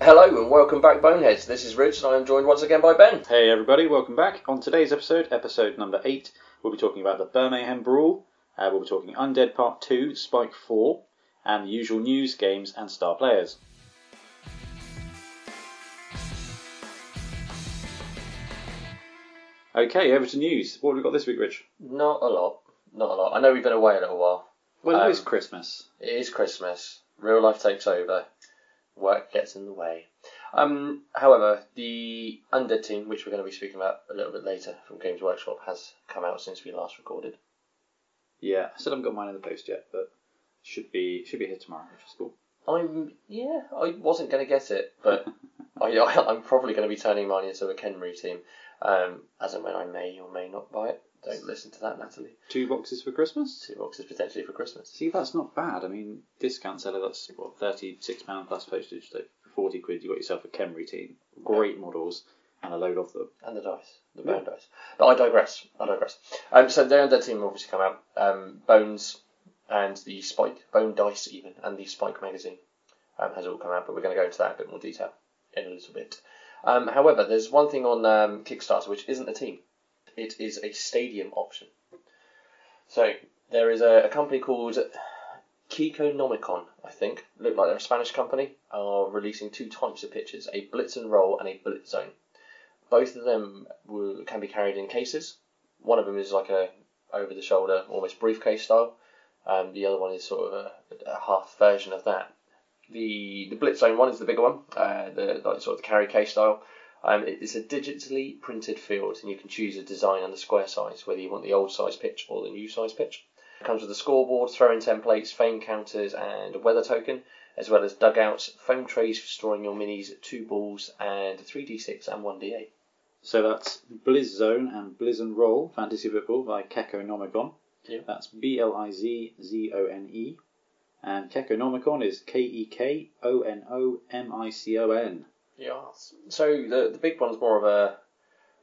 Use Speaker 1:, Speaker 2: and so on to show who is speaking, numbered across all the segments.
Speaker 1: Hello and welcome back, Boneheads. This is Rich, and I am joined once again by Ben.
Speaker 2: Hey everybody, welcome back. On today's episode, episode number 8, we'll be talking about the Birmingham Brawl, uh, we'll be talking Undead Part 2, Spike 4, and the usual news, games, and star players. Okay, over to news. What have we got this week, Rich?
Speaker 1: Not a lot, not a lot. I know we've been away a little while.
Speaker 2: Well,
Speaker 1: Um,
Speaker 2: it is Christmas.
Speaker 1: It is Christmas. Real life takes over. Work gets in the way. Um, however, the Undead team, which we're going to be speaking about a little bit later from Games Workshop, has come out since we last recorded.
Speaker 2: Yeah, I still haven't got mine in the post yet, but should be should be here tomorrow, which is cool.
Speaker 1: I'm yeah, I wasn't going to get it, but I, I, I'm probably going to be turning mine into a Kenru team, um, as and when I may or may not buy it. Don't listen to that, Natalie.
Speaker 2: Two boxes for Christmas?
Speaker 1: Two boxes potentially for Christmas.
Speaker 2: See, that's not bad. I mean, discount seller, that's what thirty-six pound plus postage. So for forty quid, you got yourself a Kenry team. Great models and a load of them.
Speaker 1: And the dice, the bone dice. But I digress. I digress. Um, so the undead team obviously come out. Um, Bones and the Spike, Bone Dice even, and the Spike magazine um, has all come out. But we're going to go into that in a bit more detail in a little bit. Um, however, there's one thing on um, Kickstarter which isn't a team. It is a stadium option. So there is a, a company called Kikonomicon, I think. Look like they're a Spanish company. Are releasing two types of pitches: a blitz and roll and a blitz zone both of them will, can be carried in cases. One of them is like a over the shoulder, almost briefcase style. Um, the other one is sort of a, a half version of that. The the Blitz Zone one is the bigger one, uh, the like sort of the carry case style. Um, it- it's a digitally printed field, and you can choose a design and the square size, whether you want the old size pitch or the new size pitch. It comes with a scoreboard, throw-in templates, fame counters, and a weather token, as well as dugouts, foam trays for storing your minis, two balls, and 3d6 and 1d8.
Speaker 2: So that's Blizz Zone and Blizz and Roll Fantasy Football by Keko Nomicon.
Speaker 1: Yeah.
Speaker 2: That's B L I Z Z O N E, and Keko Nomicon is K E K O N O M I C O N.
Speaker 1: Yes. So the the big one's more of a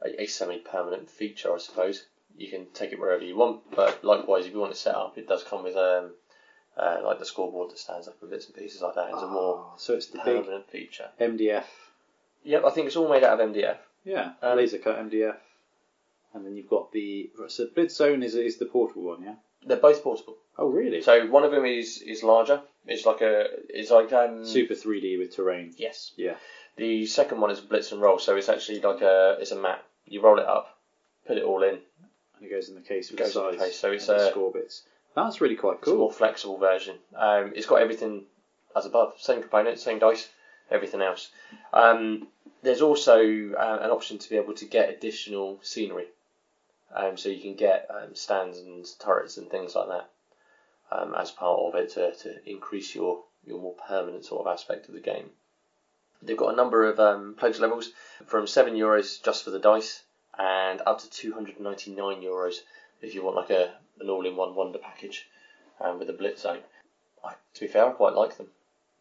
Speaker 1: a, a semi permanent feature, I suppose. You can take it wherever you want, but likewise, if you want to set up, it does come with um uh, like the scoreboard that stands up and bits and pieces like that. It's a more
Speaker 2: so it's Ah, the big
Speaker 1: permanent feature.
Speaker 2: MDF.
Speaker 1: Yep, I think it's all made out of MDF.
Speaker 2: Yeah,
Speaker 1: Um,
Speaker 2: laser cut MDF. And then you've got the so Blitz Zone is is the portable one, yeah.
Speaker 1: They're both portable.
Speaker 2: Oh really?
Speaker 1: So one of them is is larger. It's like a it's like um
Speaker 2: Super 3D with terrain.
Speaker 1: yes.
Speaker 2: Yeah.
Speaker 1: The second one is blitz and roll, so it's actually like a it's a map. You roll it up, put it all in.
Speaker 2: And it goes in the case with
Speaker 1: Goes
Speaker 2: the
Speaker 1: in the
Speaker 2: size.
Speaker 1: case, so it's,
Speaker 2: and the
Speaker 1: uh,
Speaker 2: score bits. That's really quite
Speaker 1: It's a
Speaker 2: cool.
Speaker 1: more flexible version. Um, it's got everything as above, same components, same dice, everything else. Um, there's also uh, an option to be able to get additional scenery, um, so you can get um, stands and turrets and things like that um, as part of it to, to increase your your more permanent sort of aspect of the game. They've got a number of um, pledge levels from seven euros just for the dice, and up to 299 euros if you want like a an all-in-one wonder package um, with a blitz zone. I, to be fair, I quite like them.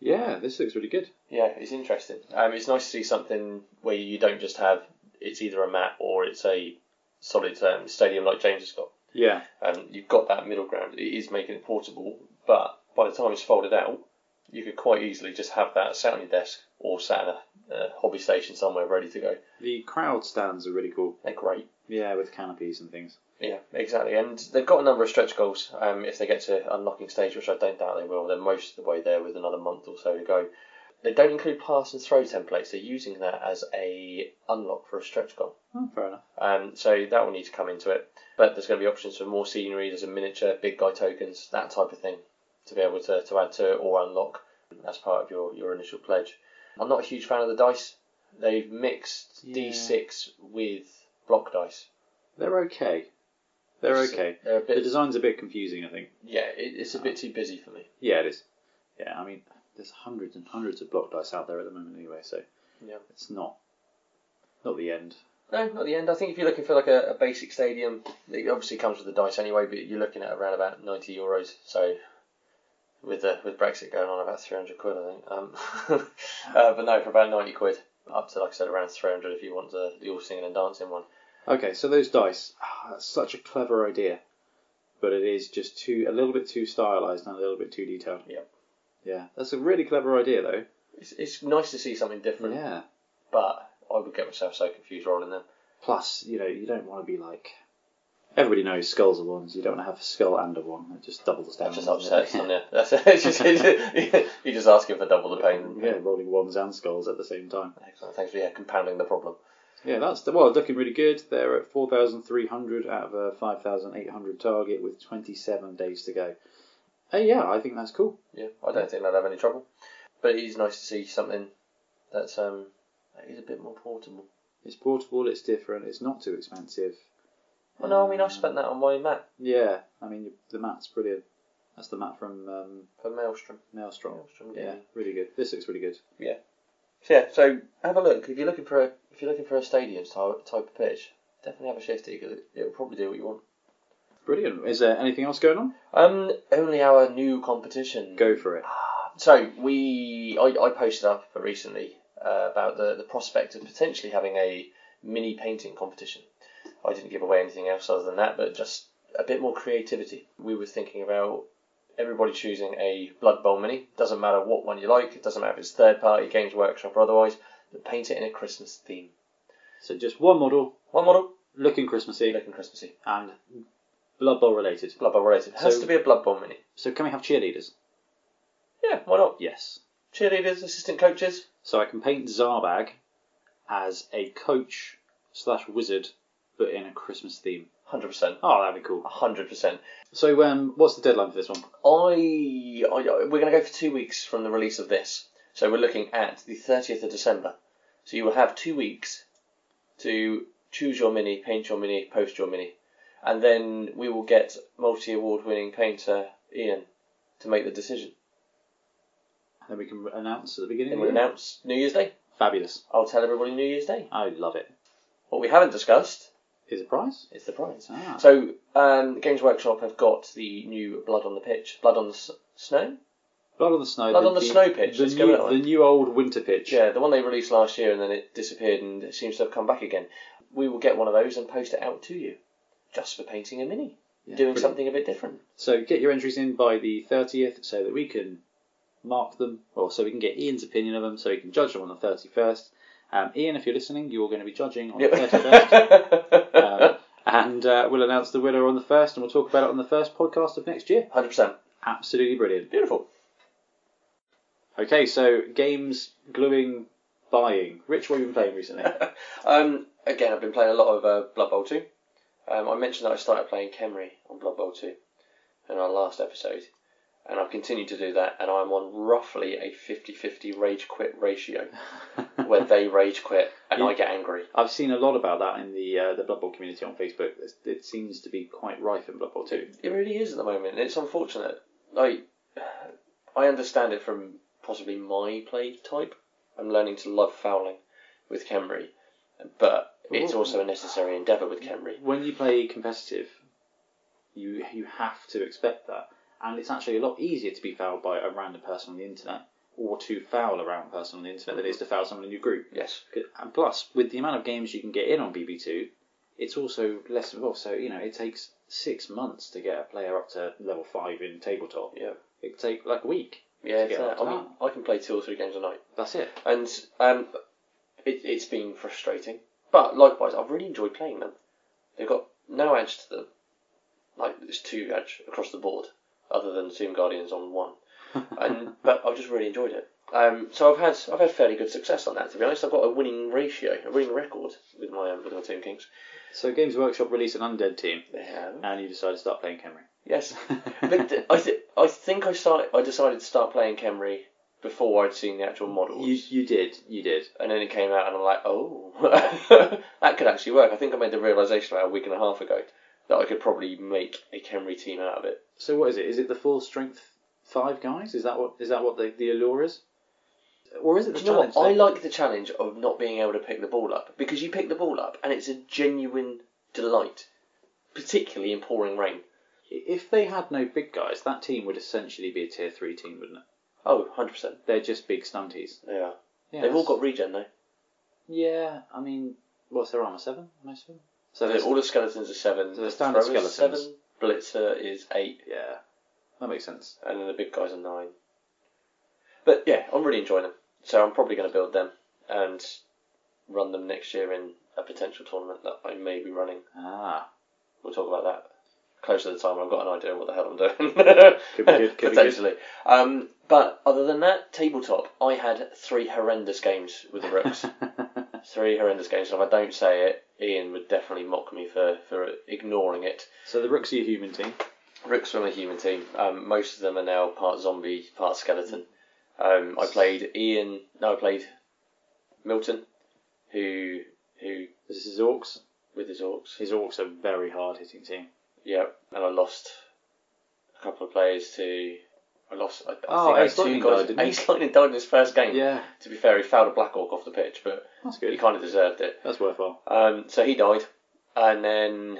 Speaker 2: Yeah, this looks really good.
Speaker 1: Yeah, it's interesting. Um, it's nice to see something where you don't just have it's either a map or it's a solid um, stadium like James has got.
Speaker 2: Yeah.
Speaker 1: Um, you've got that middle ground. It is making it portable, but by the time it's folded out, you could quite easily just have that sat on your desk or sat in a, a hobby station somewhere ready to go.
Speaker 2: The crowd stands are really cool.
Speaker 1: They're great.
Speaker 2: Yeah, with canopies and things.
Speaker 1: Yeah, exactly. And they've got a number of stretch goals um, if they get to unlocking stage, which I don't doubt they will. They're most of the way there with another month or so to go. They don't include pass and throw templates. They're using that as a unlock for a stretch goal.
Speaker 2: Oh, fair enough.
Speaker 1: Um, so that will need to come into it. But there's going to be options for more scenery. There's a miniature, big guy tokens, that type of thing to be able to, to add to it or unlock as part of your, your initial pledge. I'm not a huge fan of the dice. They've mixed
Speaker 2: Yeah.
Speaker 1: D6 with block dice.
Speaker 2: They're okay. They're
Speaker 1: So
Speaker 2: okay.
Speaker 1: They're a
Speaker 2: The
Speaker 1: bit
Speaker 2: design's a bit confusing, I think.
Speaker 1: Yeah, it, it's a bit too busy for me.
Speaker 2: Yeah, it is. Yeah, I mean, there's hundreds and hundreds of block dice out there at the moment anyway, so
Speaker 1: Yeah.
Speaker 2: it's not not the end.
Speaker 1: No, not the end. I think if you're looking for like a, a basic stadium, it obviously comes with the dice anyway, but you're looking at around about ninety euros. So with the with Brexit going on, about three hundred quid, I think. Um, uh, but no, for about ninety quid, up to like I said, around three hundred if you want the, the all singing and dancing one.
Speaker 2: Okay, so those dice. Ah, that's such a clever idea, but it is just too a little bit too stylized and a little bit too detailed.
Speaker 1: Yep.
Speaker 2: Yeah, that's a really clever idea though.
Speaker 1: It's, it's nice to see something different,
Speaker 2: Yeah.
Speaker 1: but I would get myself so confused rolling them.
Speaker 2: Plus, you know, you don't want to be like. Everybody knows skulls are ones. You don't want to have a skull and a one. It just doubles down.
Speaker 1: That's just
Speaker 2: doesn't it?
Speaker 1: upsets, isn't it? That's it's just, you're just asking for double the pain.
Speaker 2: Yeah, rolling ones and skulls at the same time.
Speaker 1: Excellent. Thanks for yeah, compounding the problem.
Speaker 2: Yeah, that's the well looking really good. They're at four thousand three hundred out of a five thousand eight hundred target with twenty seven days to go. Uh, yeah, I think that's cool.
Speaker 1: Yeah, I don't think they'll have any trouble. But it is nice to see something that's um that is a bit more portable.
Speaker 2: It's portable. It's different. It's not too expensive.
Speaker 1: Well, no, I mean I spent that on my mat
Speaker 2: Yeah, I mean the mat's brilliant. That's the mat from um,
Speaker 1: for Maelstrom.
Speaker 2: Maelstrom.
Speaker 1: Maelstrom
Speaker 2: Yeah,
Speaker 1: gaming.
Speaker 2: really good. This looks really good.
Speaker 1: So yeah, so have a look if you're looking for a if you're looking for a stadium type type of pitch. Definitely have a shifty because it will probably do what you want.
Speaker 2: Brilliant. Is there anything else going on?
Speaker 1: Um, only our new competition.
Speaker 2: Go for it.
Speaker 1: So we, I, I posted up recently uh, about the, the prospect of potentially having a mini painting competition. I didn't give away anything else other than that, but just a bit more creativity. We were thinking about everybody choosing a Blood Bowl mini. Doesn't matter what one you like. It doesn't matter if it's third party, Games Workshop or otherwise. But paint it in a Christmas theme.
Speaker 2: So just one model,
Speaker 1: One model,
Speaker 2: looking Christmassy
Speaker 1: looking Christmassy.
Speaker 2: and Blood Bowl related.
Speaker 1: Blood Bowl related. Has
Speaker 2: So-
Speaker 1: to be a Blood Bowl mini.
Speaker 2: So can we have cheerleaders?
Speaker 1: Yeah, why not?
Speaker 2: Yes.
Speaker 1: Cheerleaders, assistant coaches.
Speaker 2: So I can paint Zarbag as a coach slash wizard, but in a Christmas theme.
Speaker 1: 100%.
Speaker 2: Oh, that'd be cool.
Speaker 1: 100%.
Speaker 2: So um, what's the deadline for this one?
Speaker 1: I, I we're going to go for two weeks from the release of this, so we're looking at the 30th of December. So you will have two weeks to choose your mini, paint your mini, post your mini, and then we will get multi-award-winning painter Ian to make the decision.
Speaker 2: Then we can announce at the beginning.
Speaker 1: Then
Speaker 2: of
Speaker 1: we'll
Speaker 2: the year.
Speaker 1: announce New Year's Day.
Speaker 2: Fabulous.
Speaker 1: I'll tell everybody New Year's Day.
Speaker 2: I love it.
Speaker 1: What we haven't discussed
Speaker 2: Is it prize?
Speaker 1: is the prize.
Speaker 2: Ah.
Speaker 1: So um, Games Workshop have got the new Blood on the Pitch, Blood on the S- Snow.
Speaker 2: Blood on Uh, the snow.
Speaker 1: Blood on the snow pitch,
Speaker 2: The
Speaker 1: let's go
Speaker 2: new,
Speaker 1: with that
Speaker 2: the
Speaker 1: one.
Speaker 2: new old winter pitch.
Speaker 1: Yeah, the one they released last year and then it disappeared and it seems to have come back again. We will get one of those and post it out to you just for painting a mini,
Speaker 2: Yeah,
Speaker 1: doing
Speaker 2: brilliant.
Speaker 1: something a bit different.
Speaker 2: So get your entries in by the 30th so that we can mark them, or so we can get Ian's opinion of them, so we can judge them on the 31st. Um, Ian, if you're listening, you're going to be judging on the 31st. Um, and uh, we'll announce the winner on the first, and we'll talk about it on the first podcast of next year.
Speaker 1: 100%.
Speaker 2: Absolutely brilliant.
Speaker 1: Beautiful.
Speaker 2: Okay, so games, gluing, buying. Rich, what have you been playing recently?
Speaker 1: Um, again, I've been playing a lot of uh, Blood Bowl 2. Um, I mentioned that I started playing Kemri on Blood Bowl 2 in our last episode, and I've continued to do that, and I'm on roughly a 50 50 rage quit ratio where they rage quit and I get angry.
Speaker 2: I've seen a lot about that in the uh, the Blood Bowl community on Facebook. It's- It seems to be quite rife in Blood Bowl too.
Speaker 1: It really is at the moment, and it's unfortunate. Like, I understand it from possibly my play type. I'm learning to love fouling with Kemri, but it's
Speaker 2: Ooh.
Speaker 1: also a necessary endeavour with Kemri.
Speaker 2: When you play competitive, you you have to expect that, and it's actually a lot easier to be fouled by a random person on the internet, or to foul a random person on the internet than it is to foul someone in your group.
Speaker 1: Yes.
Speaker 2: And plus, with the amount of games you can get in on BB2, it's also less involved. So, you know, it takes six months to get a player up to level five in tabletop.
Speaker 1: Yeah.
Speaker 2: It could take like a week.
Speaker 1: Yeah,
Speaker 2: To get
Speaker 1: it's not-
Speaker 2: that
Speaker 1: I mean, I can play two or three games a night,
Speaker 2: That's it.
Speaker 1: and um, it, it's been frustrating. But likewise, I've really enjoyed playing them. They've got no edge to them. Like there's two edge across the board, other than Zoom Guardians on one. and but I've just really enjoyed it. Um, so I've had I've had fairly good success on that. To be honest, I've got a winning ratio, a winning record with my um, with my Tomb Kings.
Speaker 2: So, Games Workshop released an undead team,
Speaker 1: They have
Speaker 2: and you decided to start playing Camry.
Speaker 1: yes, but th- I th- I think I started I decided to start playing Kemri before I'd seen the actual models,
Speaker 2: You, you did. You did.
Speaker 1: and then it came out, and I'm like, oh, that could actually work. I think I made the realization about a week and a half ago that I could probably make a Kemri team out of it.
Speaker 2: So, what is it? Is it the full strength five guys? Is that what is that what the, the allure is? Or is it the
Speaker 1: Do you know
Speaker 2: challenge?
Speaker 1: what? I
Speaker 2: thing?
Speaker 1: like the challenge of not being able to pick the ball up because you pick the ball up and it's a genuine delight, particularly in pouring rain.
Speaker 2: If they had no big guys, that team would essentially be a tier three team, wouldn't it?
Speaker 1: Oh, 100%.
Speaker 2: They're just big stunties.
Speaker 1: Yeah.
Speaker 2: Yeah,
Speaker 1: They've all
Speaker 2: that's-
Speaker 1: got regen though.
Speaker 2: Yeah, I mean, what's their armor? Seven, most of them. So
Speaker 1: So
Speaker 2: there's,
Speaker 1: all the skeletons are 7.
Speaker 2: So the standard
Speaker 1: thrower is
Speaker 2: skeletons.
Speaker 1: 7, Blitzer is 8,
Speaker 2: yeah, that makes sense.
Speaker 1: and then the big guys are 9. But yeah, I'm really enjoying them. So I'm probably going to build them and run them next year in a potential tournament that I may be running.
Speaker 2: Ah,
Speaker 1: We'll talk about that closer to the time when I've got an idea what the hell I'm doing.
Speaker 2: Could be good, could be good.
Speaker 1: Potentially. Um, but other than that, tabletop, I had three horrendous games with the Rooks. three horrendous games, and if I don't say it, Ian would definitely mock me for, for ignoring it.
Speaker 2: so the Rooks are your human team.
Speaker 1: Rooks from a human team. Um, most of them are now part zombie, part skeleton. Um, I played Ian. No, I played Milton, who who
Speaker 2: This is orcs.
Speaker 1: with his orcs.
Speaker 2: His orcs are very hard hitting team.
Speaker 1: Yeah, and I lost a couple of players to. I lost. I, I
Speaker 2: Oh,
Speaker 1: think I had
Speaker 2: Ace Lightning
Speaker 1: two guys.
Speaker 2: died, didn't he?
Speaker 1: Ace Lightning died in his first game.
Speaker 2: Yeah,
Speaker 1: To be fair, he fouled a black orc off the pitch, but
Speaker 2: that's
Speaker 1: he
Speaker 2: good.
Speaker 1: kind of deserved it.
Speaker 2: That's worthwhile.
Speaker 1: Um, so he died, and then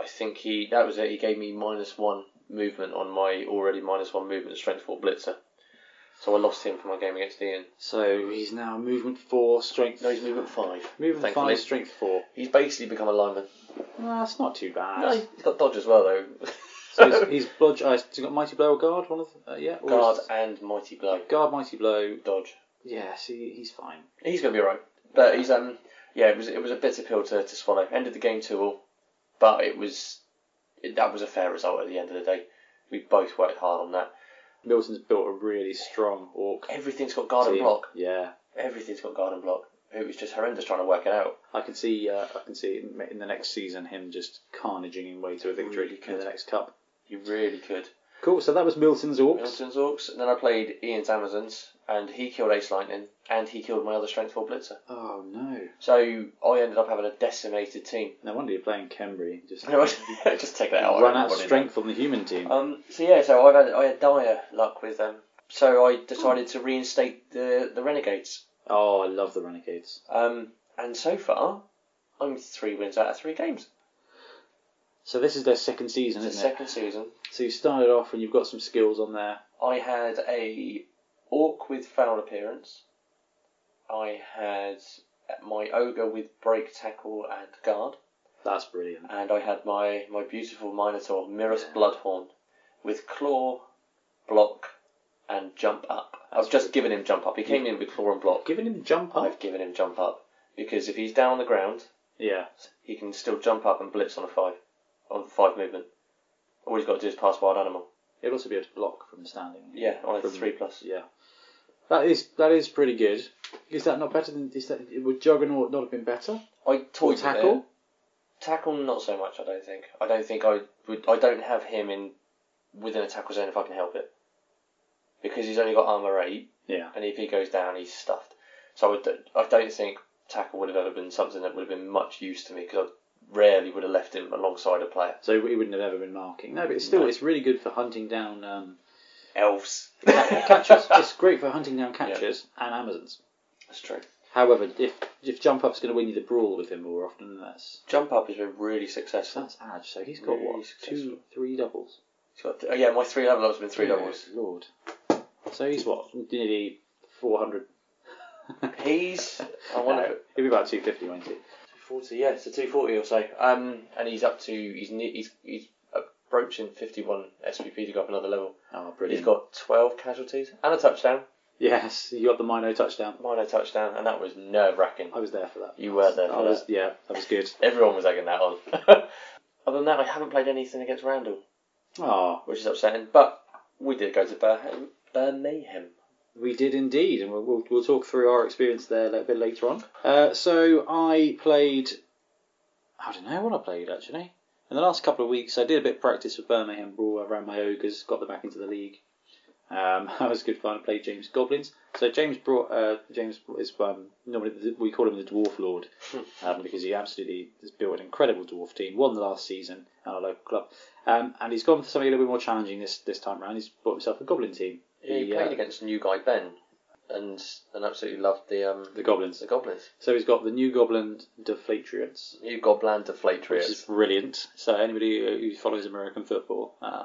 Speaker 1: I think he that was it. He gave me minus one movement on my already minus one movement strength four blitzer. So I lost him for my game against Ian.
Speaker 2: So he's now movement four, strength.
Speaker 1: No, he's movement five.
Speaker 2: movement
Speaker 1: thankfully.
Speaker 2: five, strength four.
Speaker 1: He's basically become a lineman.
Speaker 2: Nah, that's not too bad.
Speaker 1: No, he's got dodge as well though.
Speaker 2: So he's, he's bludge. Uh, he's got mighty blow or guard. One of the, uh, yeah. or
Speaker 1: guard
Speaker 2: is-
Speaker 1: and mighty blow
Speaker 2: guard, mighty blow.
Speaker 1: dodge.
Speaker 2: Yeah, see, he's fine.
Speaker 1: He's gonna be alright, but he's um yeah it was it was a bitter pill to, to swallow. Ended the game two all, but it was it, that was a fair result at the end of the day. We both worked hard on that.
Speaker 2: Milton's built a really strong orc
Speaker 1: Everything's got guard and
Speaker 2: team.
Speaker 1: block.
Speaker 2: Yeah,
Speaker 1: everything's got garden block. It was just horrendous trying to work it out.
Speaker 2: I can see, uh, I can see in in the next season him just carnaging his way to a victory
Speaker 1: Really
Speaker 2: in
Speaker 1: good.
Speaker 2: the next cup.
Speaker 1: You really could.
Speaker 2: Cool. So that was Milton's orcs.
Speaker 1: Milton's Orcs, and then I played Ian's Amazons, and he killed Ace Lightning, and he killed my other Strength 4 Blitzer.
Speaker 2: Oh no!
Speaker 1: So I ended up having a decimated team.
Speaker 2: No wonder you're playing Cambry. Just
Speaker 1: just take that out.
Speaker 2: run out of
Speaker 1: everybody.
Speaker 2: strength on the human team.
Speaker 1: Um, so yeah, so I've had, I had dire luck with them. So I decided to reinstate the, the Renegades.
Speaker 2: Oh, I love the Renegades.
Speaker 1: Um, and so far, I'm three wins out of three games.
Speaker 2: So this is their second season,
Speaker 1: It's the
Speaker 2: isn't
Speaker 1: second season.
Speaker 2: it? So you started off and you've got some skills on there.
Speaker 1: I had a orc with foul appearance. I had my ogre with break tackle and guard,
Speaker 2: That's brilliant.
Speaker 1: and I had my my beautiful minotaur Mirror's
Speaker 2: Yeah.
Speaker 1: Bloodhorn with claw, block, and jump up. I've just given him jump up. He came in with claw and block.
Speaker 2: Giving him jump up.
Speaker 1: I've given him jump up because if he's down on the ground,
Speaker 2: Yeah.
Speaker 1: he can still jump up and blitz on a five, on five movement. All he's got to do is pass wild animal.
Speaker 2: He'll also be able to block from standing.
Speaker 1: Yeah, on a
Speaker 2: From-
Speaker 1: three plus.
Speaker 2: Yeah. That is that is pretty good. Is that not better than is that would Juggernaut not have been better?
Speaker 1: I toyed
Speaker 2: Or
Speaker 1: with it.
Speaker 2: tackle?
Speaker 1: Tackle, not so much. I don't think. I don't think I would. I don't have him in within a tackle zone if I can help it, because he's only got armor eight,
Speaker 2: Yeah.
Speaker 1: and if he goes down, he's stuffed. So I, would, I don't think tackle would have ever been something that would have been much use to me because I rarely would have left him alongside a player.
Speaker 2: So he wouldn't have ever been marking. No, but it's still
Speaker 1: No.
Speaker 2: it's really good for hunting down um,
Speaker 1: Elves,
Speaker 2: ca- catchers. It's great for hunting down catchers and Amazons.
Speaker 1: That's true.
Speaker 2: However, if if jump up's going to win you the brawl with him more often than that's
Speaker 1: Jump up has been really successful.
Speaker 2: that's Adge. So he's got
Speaker 1: Really
Speaker 2: what two,
Speaker 1: successful.
Speaker 2: three doubles.
Speaker 1: He's got th- oh yeah, my three level ups have been three
Speaker 2: Good
Speaker 1: doubles.
Speaker 2: Lord. So he's what nearly four hundred.
Speaker 1: He's I
Speaker 2: No,
Speaker 1: wonder.
Speaker 2: he'll be about two fifty, won't he?
Speaker 1: 240, yeah, so 240 or so. Um, and he's up to he's ne- he's he's approaching 51 SPP to go up another level.
Speaker 2: Oh,
Speaker 1: He's
Speaker 2: brilliant.
Speaker 1: got 12 casualties and a touchdown.
Speaker 2: Yes, you got the Mino touchdown.
Speaker 1: Minor touchdown, and that was nerve wracking.
Speaker 2: I was there for that.
Speaker 1: You were there
Speaker 2: I
Speaker 1: for
Speaker 2: was,
Speaker 1: that.
Speaker 2: yeah, Oh, that was good.
Speaker 1: Everyone was egging that on. Other than that, I haven't played anything against Randall,
Speaker 2: Ah,
Speaker 1: which is upsetting. But we did go to Bur- Birmingham.
Speaker 2: we did indeed, and we'll, we'll, we'll talk through our experience there a little bit later on. Uh, so I played, I don't know what I played actually. In the last couple of weeks, I did a bit of practice with Birmingham Brawl. I ran my ogres, got them back into the league. Um, that was good fun. I played James Goblins. So James brought uh, James is um, normally the- we call him the Dwarf Lord um, because he absolutely has built an incredible dwarf team. Won the last season at our local club, um, and he's gone for something a little bit more challenging this this time round. He's bought himself a Goblin team.
Speaker 1: He
Speaker 2: uh,
Speaker 1: played against new guy Ben, and and absolutely loved the um
Speaker 2: the Goblins.
Speaker 1: the goblins.
Speaker 2: So he's got the new Goblin Deflatriots,
Speaker 1: New goblin deflatriots.
Speaker 2: which is brilliant. So anybody who follows American football, uh,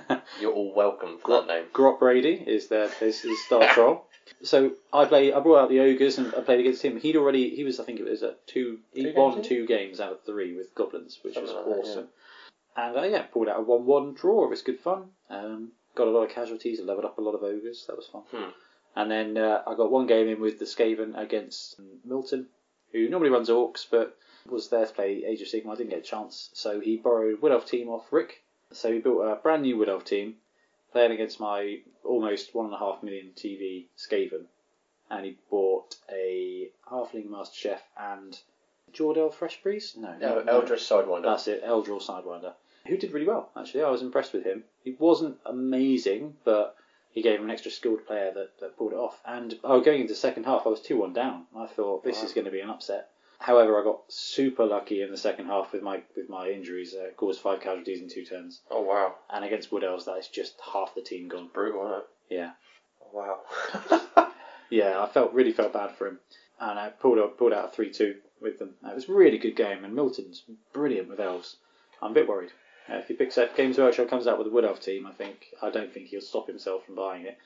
Speaker 1: You're all welcome for that name.
Speaker 2: Grot Brady is their is his star troll. So I play. I brought out the ogres and I played against him. He'd already. He was. I think it was at two. He
Speaker 1: Two
Speaker 2: won
Speaker 1: games,
Speaker 2: two games out of three with goblins, which was
Speaker 1: Something like that,
Speaker 2: awesome. And uh, yeah, pulled out a one-one draw. It was good fun. Um, got a lot of casualties. Leveled up a lot of ogres. That was fun.
Speaker 1: Hmm.
Speaker 2: And then uh, I got one game in with the Skaven against um, Milton, who normally runs Orcs, but was there to play Age of Sigma. I didn't get a chance, so he borrowed Wood Elf team off Rick. So he built a brand new Wood Elf team, playing against my almost one and a half million TV Skaven, and he bought a Halfling Master Chef and Jordel Fresh Breeze. No,
Speaker 1: El-
Speaker 2: no.
Speaker 1: Eldritch Sidewinder.
Speaker 2: That's it, Eldril Sidewinder, who did really well, actually. I was impressed with him. He wasn't amazing, but he gave him an extra skilled player that, that pulled it off. And oh, going into the second half, I was 2 1 down. I thought, this
Speaker 1: Wow.
Speaker 2: is going to be an upset. However, I got super lucky in the second half with my with my injuries. Uh, caused five casualties in two turns.
Speaker 1: oh wow,
Speaker 2: And against Wood Elves, that is just half the team gone.
Speaker 1: brutal, isn't it? Oh,
Speaker 2: Yeah.
Speaker 1: Wow.
Speaker 2: Yeah, I felt really felt bad for him, and I pulled out pulled out a three two with them. It was a really good game, and Milton's brilliant with elves. I'm a bit worried. Uh, if he picks up Games Workshop comes out with a wood elf team, I think I don't think he'll stop himself from buying it,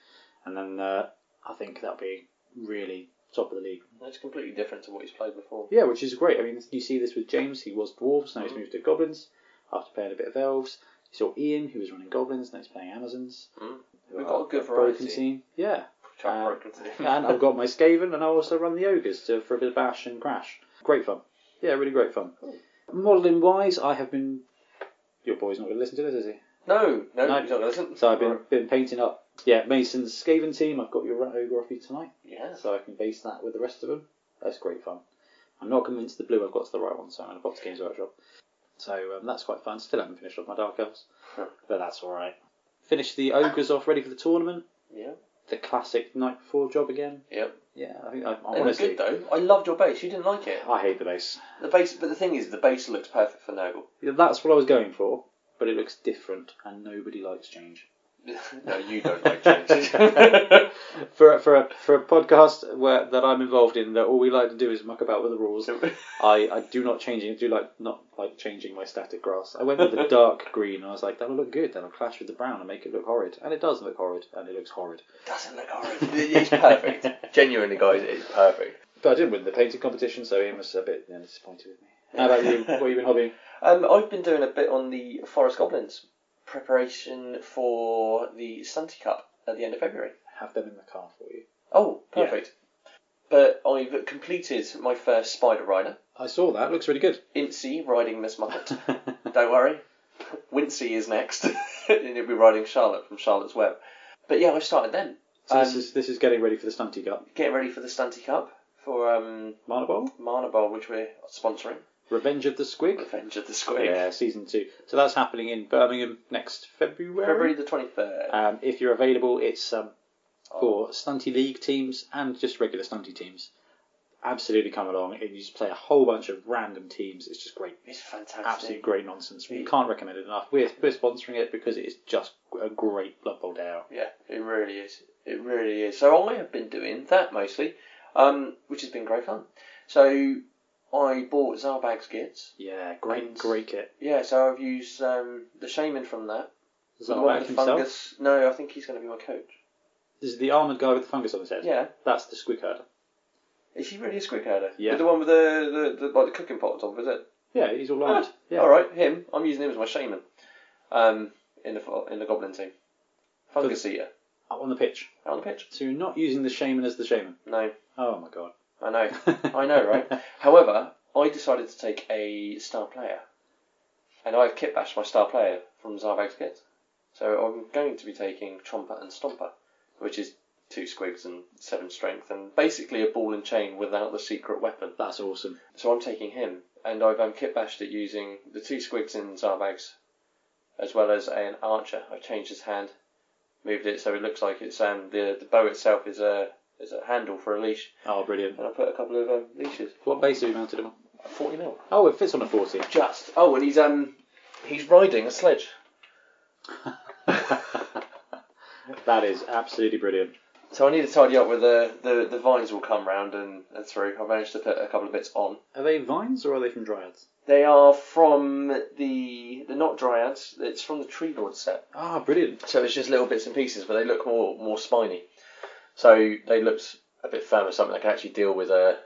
Speaker 2: and then uh, I think that'll be really top of the league.
Speaker 1: That's completely different to what he's played before.
Speaker 2: Yeah, which is great. I mean, you see this with James. He was dwarves, now
Speaker 1: Mm-hmm.
Speaker 2: he's moved to goblins after playing a bit of elves. You saw Ian, who was running goblins, now he's playing Amazons.
Speaker 1: Mm.
Speaker 2: who
Speaker 1: We've
Speaker 2: are
Speaker 1: got a good
Speaker 2: broken
Speaker 1: variety.
Speaker 2: team. Yeah
Speaker 1: Chuck
Speaker 2: Uh,
Speaker 1: Broken.
Speaker 2: and I've got my Skaven, and I also run the ogres to, for a bit of bash and crash. Great fun. Yeah, really great fun.
Speaker 1: Cool.
Speaker 2: Modelling wise, I have been. Your boy's not going to listen to this, is he?
Speaker 1: no, no,
Speaker 2: No.
Speaker 1: he's not going to listen.
Speaker 2: So I've been, been painting up. Yeah, Mason's Skaven team. I've got your run ogre off you tonight,
Speaker 1: Yeah.
Speaker 2: so I can base that with the rest of them. That's great fun. I'm not convinced the blue I've got's the right one, so I'm going to box Games Workshop. So um, that's quite fun. Still haven't finished off my Dark Elves,
Speaker 1: Huh.
Speaker 2: but that's all right. Finished the ogres off, ready for the tournament.
Speaker 1: Yeah.
Speaker 2: The classic night before job again.
Speaker 1: Yep.
Speaker 2: Yeah, I think I, I
Speaker 1: They were
Speaker 2: honestly
Speaker 1: good though. I loved your base. You didn't like it.
Speaker 2: I hate the base.
Speaker 1: The base, but the thing is, the base looks perfect for Noble.
Speaker 2: Yeah, That's what I was going for, but it looks different, and nobody likes change.
Speaker 1: no, you don't like changes.
Speaker 2: For a, for a for a podcast where that I'm involved in, that all we like to do is muck about with the rules. I, I do not changing. I do like not like changing my static grass. I went with the dark green. And I was like, that'll look good. That'll clash with the brown and make it look horrid. And it does look horrid, and it looks horrid.
Speaker 1: Doesn't look horrid. It's perfect. Genuinely, guys, it's perfect.
Speaker 2: But I didn't win the painting competition, so Ian was a bit you know, disappointed with me. How about you? What have you been hobbying?
Speaker 1: Um, I've been doing a bit on the Forest Goblins preparation for the Santi Cup at the end of February.
Speaker 2: Have them in the car for you.
Speaker 1: Oh, perfect. But I've completed my first Spider Rider.
Speaker 2: I saw that. Looks really good.
Speaker 1: Incy riding Miss Muppet. Don't worry. Wincy is next. and he'll be riding Charlotte from Charlotte's Web. But yeah, I started then.
Speaker 2: So this
Speaker 1: Um,
Speaker 2: is this is getting ready for the stunt you got.
Speaker 1: Getting ready for the Stanty Cup for um,
Speaker 2: Marnable?
Speaker 1: Mana Bowl, which we're sponsoring.
Speaker 2: Revenge of the Squig.
Speaker 1: Revenge of the Squig.
Speaker 2: Yeah, season two. So that's happening in Birmingham next February.
Speaker 1: February the 23rd.
Speaker 2: Um, if you're available, it's um,
Speaker 1: Oh.
Speaker 2: for stunty league teams and just regular stunty teams. Absolutely come along. And you just play a whole bunch of random teams. It's just great.
Speaker 1: It's fantastic.
Speaker 2: Absolute great nonsense. We
Speaker 1: Yeah.
Speaker 2: can't recommend it enough. We're, we're sponsoring it because it is just a great Blood Bowl day out.
Speaker 1: Yeah, it really is. It really is. So I have been doing that mostly, um, which has been great fun. So I bought Zarbag's kits.
Speaker 2: Yeah, great,
Speaker 1: And-
Speaker 2: great kit.
Speaker 1: Yeah, so I've used um, the shaman from that. The one
Speaker 2: Zarback
Speaker 1: with the
Speaker 2: himself.
Speaker 1: fungus. No, I think he's going to be my coach.
Speaker 2: This is the armoured guy with the fungus on his head.
Speaker 1: Yeah.
Speaker 2: That's the Squig herder.
Speaker 1: Is he really a squig herder?
Speaker 2: Yeah.
Speaker 1: With The one with the, the, the like the cooking pot on top, is it?
Speaker 2: Yeah, he's all armoured. Yeah.
Speaker 1: Ah, All right, him. I'm using him as my shaman. Um, in the fo- in the goblin team, fungus eater
Speaker 2: Up on the pitch.
Speaker 1: out on the pitch.
Speaker 2: So you're not using the shaman as the shaman.
Speaker 1: No,
Speaker 2: Oh my god.
Speaker 1: I know, I know, right? However, I decided to take a star player, and I've kit bashed my star player from Zarvag's kit. So I'm going to be taking Chomper and Stomper, which is two squigs and seven strength, and basically a ball and chain without the secret weapon.
Speaker 2: That's awesome.
Speaker 1: So I'm taking him, and I've um, kit bashed it using the two squigs in Zarbags, as well as an archer. I've changed his hand, moved it so it looks like it's um the the bow itself is a is a handle for a leash,
Speaker 2: Oh, brilliant.
Speaker 1: and I put a couple of um, leashes.
Speaker 2: What base have you mounted him on?
Speaker 1: Forty mil.
Speaker 2: Oh, it fits on a 40.
Speaker 1: Just. Oh, and he's um he's riding a sledge.
Speaker 2: that is absolutely brilliant.
Speaker 1: So I need to tidy up where the, the, the vines will come round and, and through. I managed to put a couple of bits on.
Speaker 2: Are they vines or are they from dryads?
Speaker 1: They are from the the not dryads. It's from the tree lord set.
Speaker 2: Ah, brilliant.
Speaker 1: So it's just little bits and pieces, but they look more more spiny. So they look s- a bit firmer, something that can actually deal with a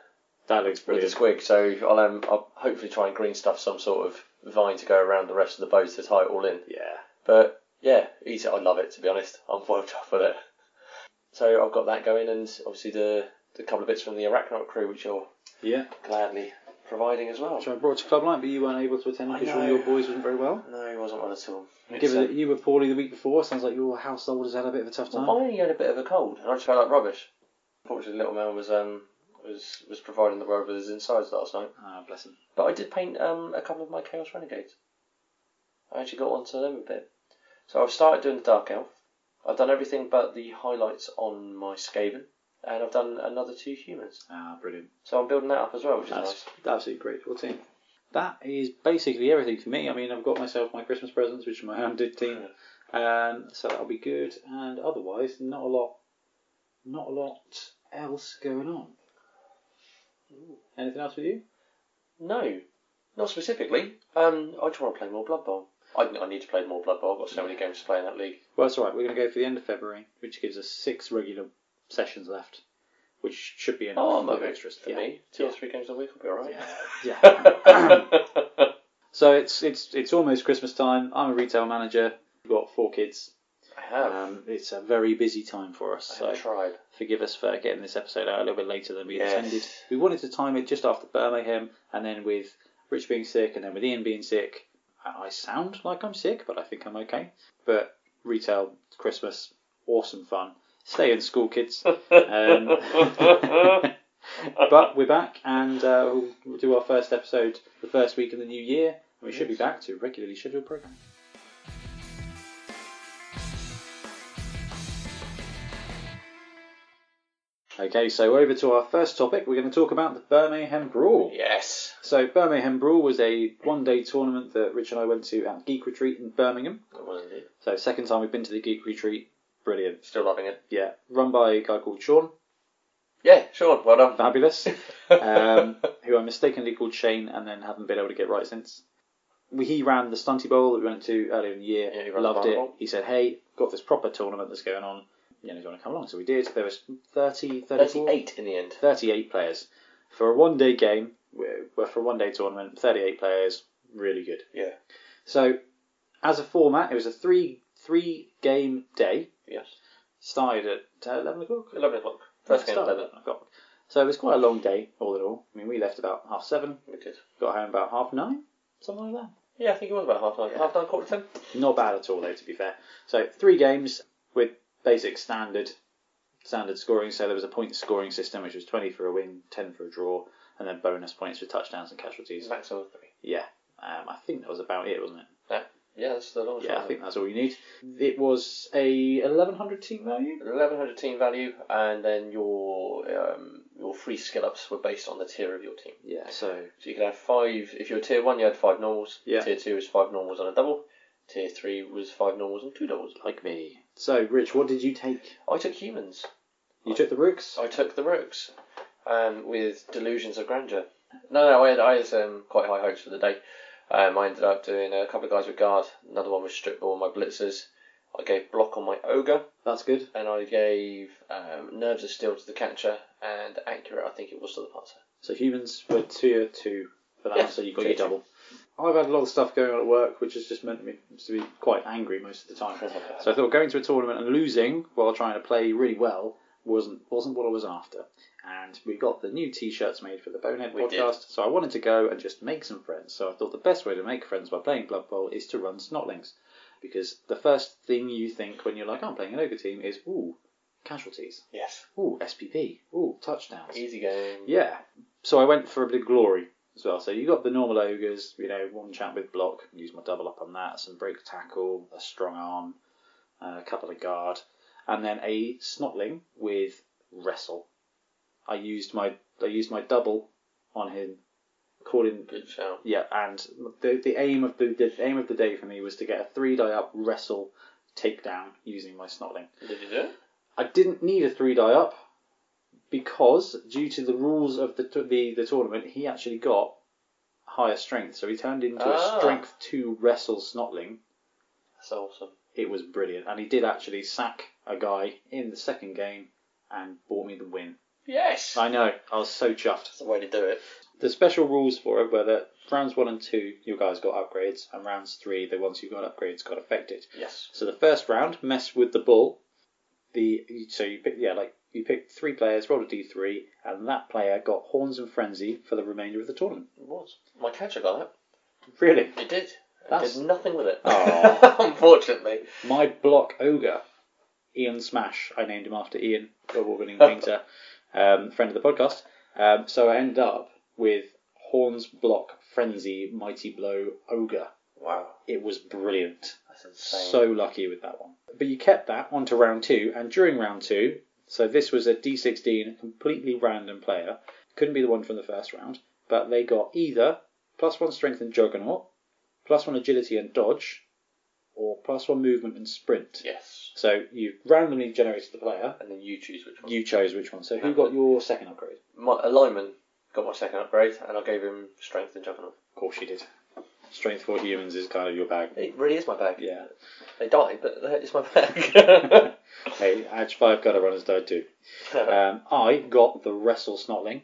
Speaker 2: That looks
Speaker 1: with a
Speaker 2: brilliant.
Speaker 1: squig. So I'll um, I'll hopefully try and green stuff some sort of vine to go around the rest of the bow to tie it all in.
Speaker 2: Yeah.
Speaker 1: But yeah, eat it. I love it to be honest. I'm worked up with it. So I've got that going, and obviously the, the couple of bits from the Arachnot crew, which you're
Speaker 2: Yeah.
Speaker 1: gladly providing as well.
Speaker 2: Which I brought to Club Night, but you weren't able to attend
Speaker 1: I
Speaker 2: because one of
Speaker 1: know.
Speaker 2: your boys wasn't very well.
Speaker 1: No, he wasn't one at all. It's,
Speaker 2: Given
Speaker 1: um,
Speaker 2: that you were poorly the week before, sounds like your household has had a bit of a tough time.
Speaker 1: Well, I only had a bit of a cold, and I just felt like rubbish. Unfortunately, little man was um was was providing the world with his insides last night.
Speaker 2: Ah, bless him.
Speaker 1: But I did paint um a couple of my Chaos Renegades. I actually got onto them a bit. So I've started doing the Dark Elf. I've done everything but the highlights on my Skaven, and I've done another two humans.
Speaker 2: Ah, brilliant.
Speaker 1: So I'm building that up as well, which is
Speaker 2: That's
Speaker 1: nice.
Speaker 2: absolutely great little team. That is basically everything for me. I mean, I've got myself my Christmas presents, which are my handed team, um, so that'll be good. And otherwise, not a lot, not a lot else going on. Anything else with you?
Speaker 1: No, not specifically. Um, I just want to play more Blood Bowl. I, I need to play more Blood Bowl. I've got so many games to play in that league.
Speaker 2: Well, it's all right. We're going to go for the end of February, which gives us six regular sessions left, which should be enough
Speaker 1: Oh,
Speaker 2: for
Speaker 1: I'm
Speaker 2: extras.
Speaker 1: for
Speaker 2: yeah.
Speaker 1: me. Two or
Speaker 2: Yeah.
Speaker 1: three games a week will be alright.
Speaker 2: Yeah. so it's it's it's almost Christmas time. I'm a retail manager. We've got four kids.
Speaker 1: I have.
Speaker 2: Um, it's a very busy time for us.
Speaker 1: I
Speaker 2: So.
Speaker 1: have tried.
Speaker 2: forgive us for getting this episode out a little bit later than we
Speaker 1: Yes.
Speaker 2: intended. We wanted to time it just after Birmingham, and then with Rich being sick, and then with Ian being sick. I I sound like I'm sick, but I think I'm okay. But retail, Christmas, awesome fun. Stay in school, kids. Um, but we're back, and uh, we'll- we'll do our first episode the first week of the new year, and we should be
Speaker 1: Yes.
Speaker 2: back to regularly scheduled programming. Okay, so over to our first topic. We're going to talk about the Birmingham Brawl.
Speaker 1: yes.
Speaker 2: So Birmingham Brawl was a one-day tournament that Rich and I went to at Geek Retreat in Birmingham.
Speaker 1: It was indeed.
Speaker 2: So second time we've been to the Geek Retreat. Brilliant.
Speaker 1: Still loving it.
Speaker 2: Yeah, run by a guy called Sean.
Speaker 1: Yeah, Sean, well done.
Speaker 2: Fabulous. um, who I mistakenly called Shane and then haven't been able to get right since. We, he ran the Stunty Bowl that we went to earlier in the year.
Speaker 1: Yeah, he ran the
Speaker 2: loved it.
Speaker 1: Barnacle.
Speaker 2: He said, "Hey, got this proper tournament that's going on. You know, do you want to come along?" So we did. There was 30, 34,
Speaker 1: 38 in the end.
Speaker 2: 38 players for a one-day game. Well, for a one-day tournament, 38 players, really good.
Speaker 1: Yeah.
Speaker 2: So, as a format, it was a three three game day.
Speaker 1: Yes.
Speaker 2: Started at uh, 11 o'clock.
Speaker 1: 11 o'clock. First game,
Speaker 2: Started at
Speaker 1: 11.
Speaker 2: 11 o'clock. So it was quite a long day, all in all. I mean, we left about half seven.
Speaker 1: We did.
Speaker 2: Got home about half nine, something like
Speaker 1: Yeah, I think it was about half nine. Half nine, quarter to ten.
Speaker 2: that. Not bad at all, though, to be fair. So three games with basic standard standard scoring. So there was a point scoring system, which was twenty for a win, ten for a draw, and then bonus points for touchdowns and casualties.
Speaker 1: Maximum three.
Speaker 2: Yeah, um, I think that was about it, wasn't it?
Speaker 1: Yeah, that's the longest
Speaker 2: Yeah,
Speaker 1: one.
Speaker 2: I think that's all you need. It was a eleven hundred team value.
Speaker 1: 1100 team value, and then your um, your free skill ups were based on the tier of your team.
Speaker 2: Yeah, so
Speaker 1: So you could have five. If you're tier one, you had five normals.
Speaker 2: Yeah.
Speaker 1: Tier two was five normals and a double. Tier three was five normals and two doubles.
Speaker 2: like me. So Rich, what did you take?
Speaker 1: I took humans.
Speaker 2: You took the rooks.
Speaker 1: I took the rooks, um, with delusions of grandeur. No, no, I had, I had um, quite high hopes for the day. Um, I ended up doing a couple of guys with guard. Another one was strip ball on my blitzers. I gave block on my ogre,
Speaker 2: That's good.
Speaker 1: and I gave um, nerves of steel to the catcher, and accurate. I think it was to the passer.
Speaker 2: So humans were tier two for that,
Speaker 1: Yeah,
Speaker 2: so you got
Speaker 1: tier
Speaker 2: your double. I've had a lot of stuff going on at work, which has just meant me to be quite angry most of the time. so I thought going to a tournament and losing while trying to play really well wasn't wasn't what I was after. And we got the new T-shirts made for the Bonehead
Speaker 1: We did.
Speaker 2: podcast, so I wanted to go and just make some friends. So I thought the best way to make friends by playing Blood Bowl is to run Snotlings, because the first thing you think when you're like, "Oh, I'm playing an ogre team is, ooh, casualties,
Speaker 1: Yes.
Speaker 2: ooh, SPP, ooh, touchdowns.
Speaker 1: Easy game.
Speaker 2: Yeah. So I went for a bit of glory as well. So you got the normal ogres, you know, one chap with block, use my double up on that, some break tackle, a strong arm, uh, a couple of guard, and then a snotling with wrestle. I used my I used my double on him, calling
Speaker 1: Good shout.
Speaker 2: yeah, and the the aim of the, the aim of the day for me was to get a three die up wrestle takedown using my snotling.
Speaker 1: Did you do it?
Speaker 2: I didn't need a three die up because, due to the rules of the t- the, the tournament, he actually got higher strength. So he turned into
Speaker 1: Ah.
Speaker 2: a strength two wrestle snotling.
Speaker 1: That's awesome.
Speaker 2: It was brilliant, and he did actually sack a guy in the second game and bought me the win.
Speaker 1: Yes.
Speaker 2: I know, I was so chuffed.
Speaker 1: That's the way to do it.
Speaker 2: The special rules for it were that rounds one and two, you guys got upgrades, and rounds three, the ones who got upgrades got affected.
Speaker 1: Yes.
Speaker 2: So the first round, mess with the bull. the so you pick yeah like you picked three players, rolled a d3, and that player got horns and frenzy for the remainder of the tournament.
Speaker 1: It was. My catcher got that.
Speaker 2: Really,
Speaker 1: It did. I
Speaker 2: That's-
Speaker 1: did nothing with it.
Speaker 2: Aw.
Speaker 1: Unfortunately.
Speaker 2: my block ogre, Ian Smash. I named him after Ian, the award-winning painter, um, friend of the podcast. Um, so I ended up with horns, block, frenzy, mighty blow, ogre.
Speaker 1: Wow.
Speaker 2: It was brilliant.
Speaker 1: That's insane.
Speaker 2: So lucky with that one. But you kept that onto round two, and during round two, so this was a D16 completely random player, couldn't be the one from the first round, but they got either plus one strength and juggernaut, plus one agility and dodge, or plus one movement and sprint.
Speaker 1: yes.
Speaker 2: So you randomly generated the player.
Speaker 1: And then you choose which one.
Speaker 2: You chose which one. So who got your second upgrade?
Speaker 1: My, a lineman got my second upgrade, and I gave him strength and juggernaut.
Speaker 2: Of course you did. Strength for humans is kind of your bag.
Speaker 1: It really is my bag.
Speaker 2: Yeah.
Speaker 1: They die, but it's my bag.
Speaker 2: Hey, Edge 5 got a runner's die too. Um, I got the wrestle snotling,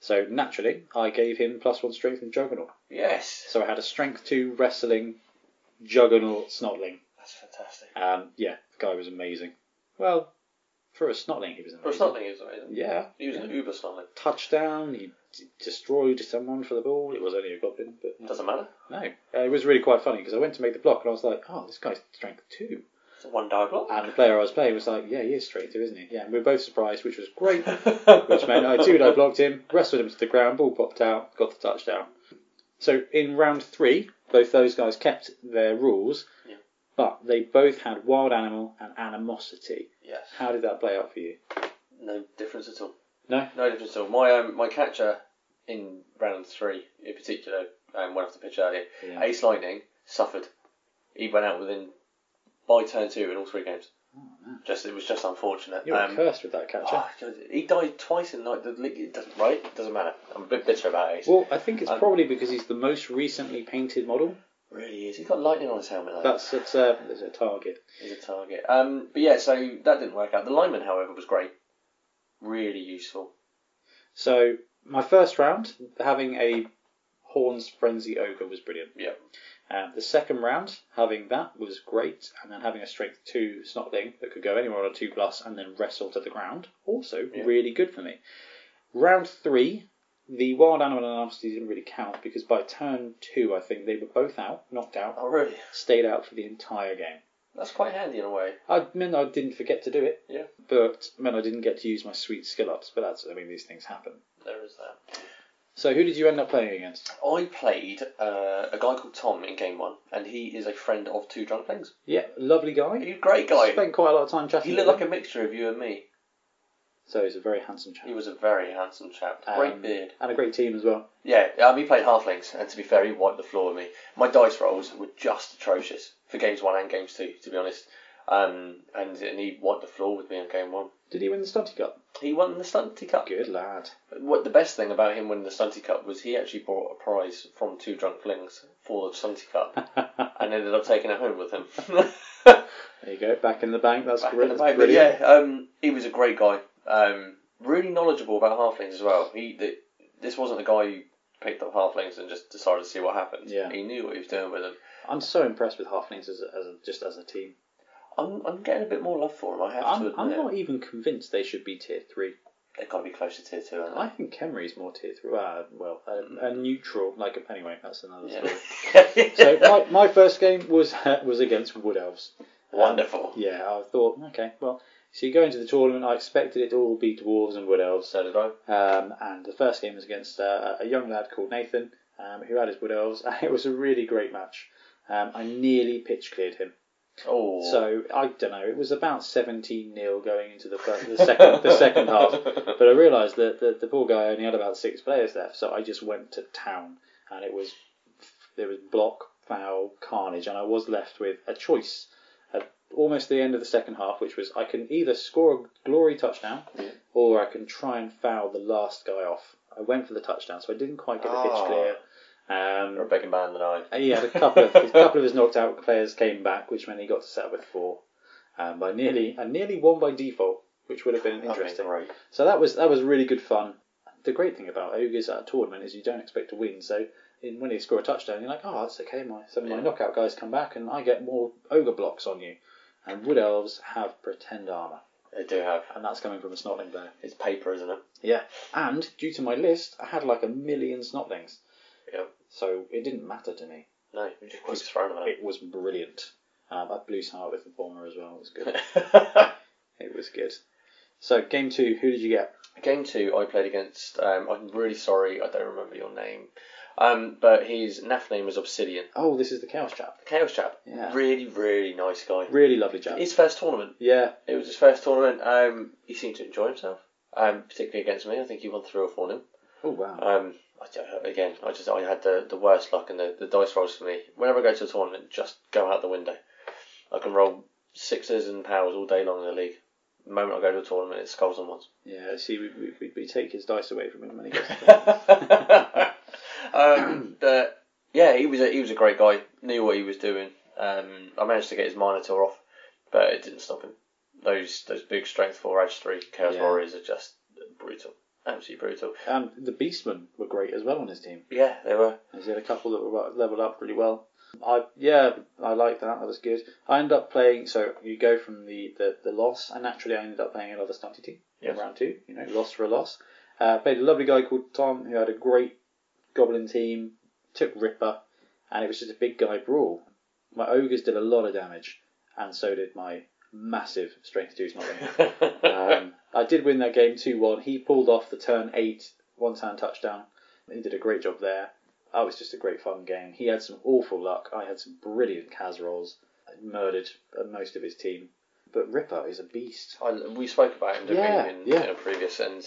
Speaker 2: so naturally I gave him plus one strength and juggernaut.
Speaker 1: yes.
Speaker 2: So I had a strength two wrestling, juggernaut snotling.
Speaker 1: That's fantastic.
Speaker 2: Um, yeah, the guy was amazing. Well, for a snotling, he was amazing.
Speaker 1: Well, Snotling is amazing.
Speaker 2: Yeah,
Speaker 1: He was an uber Snotling.
Speaker 2: touchdown. He d- destroyed someone for the ball. It was only a goblin, but
Speaker 1: Doesn't matter.
Speaker 2: no, uh, it was really quite funny because I went to make the block and I was like, oh, this guy's strength two.
Speaker 1: It's a one die block.
Speaker 2: And the player I was playing was like, yeah, he is strength two, isn't he? Yeah, and we were both surprised, which was great. which meant I two I blocked him, wrestled him to the ground, ball popped out, got the touchdown. So in round three, both those guys kept their rules,
Speaker 1: Yeah.
Speaker 2: but they both had wild animal and animosity.
Speaker 1: Yes.
Speaker 2: How did that play out for you?
Speaker 1: No difference at all.
Speaker 2: No?
Speaker 1: No difference at all. My um, my catcher in round three, in particular, um, went off the pitch earlier.
Speaker 2: Yeah.
Speaker 1: Ace Lightning suffered. He went out within by turn two in all three games. Just it was just unfortunate.
Speaker 2: You were
Speaker 1: Um,
Speaker 2: cursed with that catcher.
Speaker 1: oh, God, he died twice in like the league. It doesn't right. It doesn't matter. I'm a bit bitter about Ace.
Speaker 2: well, I think it's
Speaker 1: um,
Speaker 2: probably because he's the most recently painted model.
Speaker 1: really is. He's got lightning on his helmet. Though.
Speaker 2: That's that's a, that's a target.
Speaker 1: He's a target. Um, but yeah, so that didn't work out. The lineman, however, was great. Really useful.
Speaker 2: So my first round, having a horns frenzy ogre was brilliant.
Speaker 1: Yeah.
Speaker 2: Um, the second round, having that was great, and then having a strength two snotling that could go anywhere on a two plus and then wrestle to the ground, also
Speaker 1: Yeah.
Speaker 2: really good for me. Round three, the wild animal and animosity didn't really count because by turn two, I think they were both out, knocked out,
Speaker 1: Oh, really?
Speaker 2: stayed out for the entire game.
Speaker 1: That's quite handy in a way.
Speaker 2: I meant I didn't forget to do it,
Speaker 1: Yeah.
Speaker 2: but meant I didn't get to use my sweet skill ups. But that's, I mean, these things happen.
Speaker 1: There is that.
Speaker 2: So who did you end up playing against?
Speaker 1: I played uh, a guy called Tom in game one, and he is a friend of Two Drunk Things.
Speaker 2: Yeah, lovely guy.
Speaker 1: He's a great guy.
Speaker 2: Spent quite a lot of time chatting.
Speaker 1: He
Speaker 2: with
Speaker 1: looked like
Speaker 2: him.
Speaker 1: a mixture of you and me.
Speaker 2: so he's a very handsome chap.
Speaker 1: He was a very handsome chap. Great
Speaker 2: Um,
Speaker 1: beard.
Speaker 2: and a great team as well.
Speaker 1: Yeah, um, he played halflings, and to be fair, he wiped the floor with me. My dice rolls were just atrocious for games one and games two, to be honest. Um, and, and he wiped the floor with me on game one.
Speaker 2: Did he win the Stunty Cup?
Speaker 1: He won the Stunty Cup.
Speaker 2: Good lad.
Speaker 1: What the best thing about him winning the Stunty Cup was he actually bought a prize from Two Drunk Flings for the Stunty Cup and ended up taking it home with him.
Speaker 2: There you go, back in the bank. That's
Speaker 1: Back in
Speaker 2: great.
Speaker 1: the
Speaker 2: that's
Speaker 1: day. But
Speaker 2: brilliant.
Speaker 1: yeah, um, he was a great guy. Um, really knowledgeable about halflings as well. He th this wasn't a guy who picked up halflings and just decided to see what happened.
Speaker 2: Yeah.
Speaker 1: He knew what he was doing with them.
Speaker 2: I'm so impressed with halflings as, a, as a, just as a team.
Speaker 1: I'm, I'm getting a bit more love for him. I have to
Speaker 2: I'm,
Speaker 1: admit,
Speaker 2: I'm not even convinced they should be tier three.
Speaker 1: they've got to be closer to tier two, aren't they?
Speaker 2: I think Kenry's more tier three. Uh, well, a, a neutral. Like anyway, that's another story.
Speaker 1: Mm. Yeah.
Speaker 2: So my, my first game was was against Wood Elves.
Speaker 1: Wonderful.
Speaker 2: Yeah, I thought okay, well, so you go into the tournament. I expected it to all be dwarves and Wood Elves.
Speaker 1: So did I.
Speaker 2: Um, and the first game was against uh, a young lad called Nathan, um, who had his Wood Elves. And it was a really great match. Um, I nearly pitch cleared him.
Speaker 1: Oh.
Speaker 2: So I don't know. It was about 17 0 going into the, first, the second the second half. But I realised that the, the poor guy only had about six players left, so I just went to town, and it was there was block, foul, carnage, and I was left with a choice at almost the end of the second half, which was I can either score a glory touchdown,
Speaker 1: Yeah.
Speaker 2: or I can try and foul the last guy off. I went for the touchdown, so I didn't quite get the pitch
Speaker 1: Ah.
Speaker 2: clear.
Speaker 1: You're a
Speaker 2: Um,
Speaker 1: bigger man than I.
Speaker 2: he had a couple of a couple of his knocked out players came back, which meant he got to set up with four. Um, I nearly I nearly won by default, which would have been interesting.
Speaker 1: Right.
Speaker 2: So that was that was really good fun. The great thing about ogres at a tournament is you don't expect to win. So in, when they score a touchdown, you're like, oh, that's okay. My some of my
Speaker 1: Yeah.
Speaker 2: knockout guys come back, and I get more ogre blocks on you. And wood elves have pretend armor.
Speaker 1: They do have.
Speaker 2: and that's coming from a snotling bear.
Speaker 1: It's paper, isn't it?
Speaker 2: Yeah, and due to my list, I had like a million snotlings.
Speaker 1: Yeah.
Speaker 2: So it didn't matter to me.
Speaker 1: No, you just keep throwing them
Speaker 2: It was brilliant. Um, I blew some out with the bomber as well. It was good.
Speaker 1: out.
Speaker 2: it was good. So game two, who did you get?
Speaker 1: Game two, I played against. Um, I'm really sorry, I don't remember your name, um, but his NAF name was Obsidian.
Speaker 2: Oh, this is the chaos chap.
Speaker 1: The Chaos chap.
Speaker 2: Yeah.
Speaker 1: Really, really nice guy.
Speaker 2: Really lovely chap.
Speaker 1: His first tournament.
Speaker 2: Yeah,
Speaker 1: It was his first tournament. Um, he seemed to enjoy himself, um, particularly against me. I think he won three or four nil.
Speaker 2: Oh wow.
Speaker 1: Um, I don't, again, I just I had the, the worst luck, and the, the dice rolls for me. Whenever I go to a tournament, just go out the window. I can roll sixes and powers all day long in the league. The moment I go to a tournament, it's skulls and ones.
Speaker 2: Yeah. See, we, we, we, we take his dice away from him when he goes.
Speaker 1: um, but yeah, he was a, he was a great guy. Knew what he was doing. Um, I managed to get his Minotaur off, but it didn't stop him. Those those big strength four edge three Chaos
Speaker 2: Yeah.
Speaker 1: Warriors are just brutal, absolutely brutal.
Speaker 2: um, the Beastmen were great as well on his team.
Speaker 1: Yeah, they were.
Speaker 2: He's had a couple that were leveled up really well. I yeah, I like that. That was good. I ended up playing. So you go from the the, the loss, and naturally I ended up playing another snotty team in
Speaker 1: Yes.
Speaker 2: round two. You know, loss for a loss. Uh, played a lovely guy called Tom who had a great goblin team. Took Ripper, and it was just a big guy brawl. My ogres did a lot of damage, and so did my massive strength two snogging. Um, I did win that game 2 1. He pulled off the turn 8 one time touchdown. He did a great job there. That was just a great fun game. He had some awful luck. I had some brilliant Kaz rolls. I murdered uh, most of his team. But Ripper is a beast.
Speaker 1: I, we spoke about him didn't
Speaker 2: Yeah,
Speaker 1: we, in,
Speaker 2: yeah.
Speaker 1: in a previous, and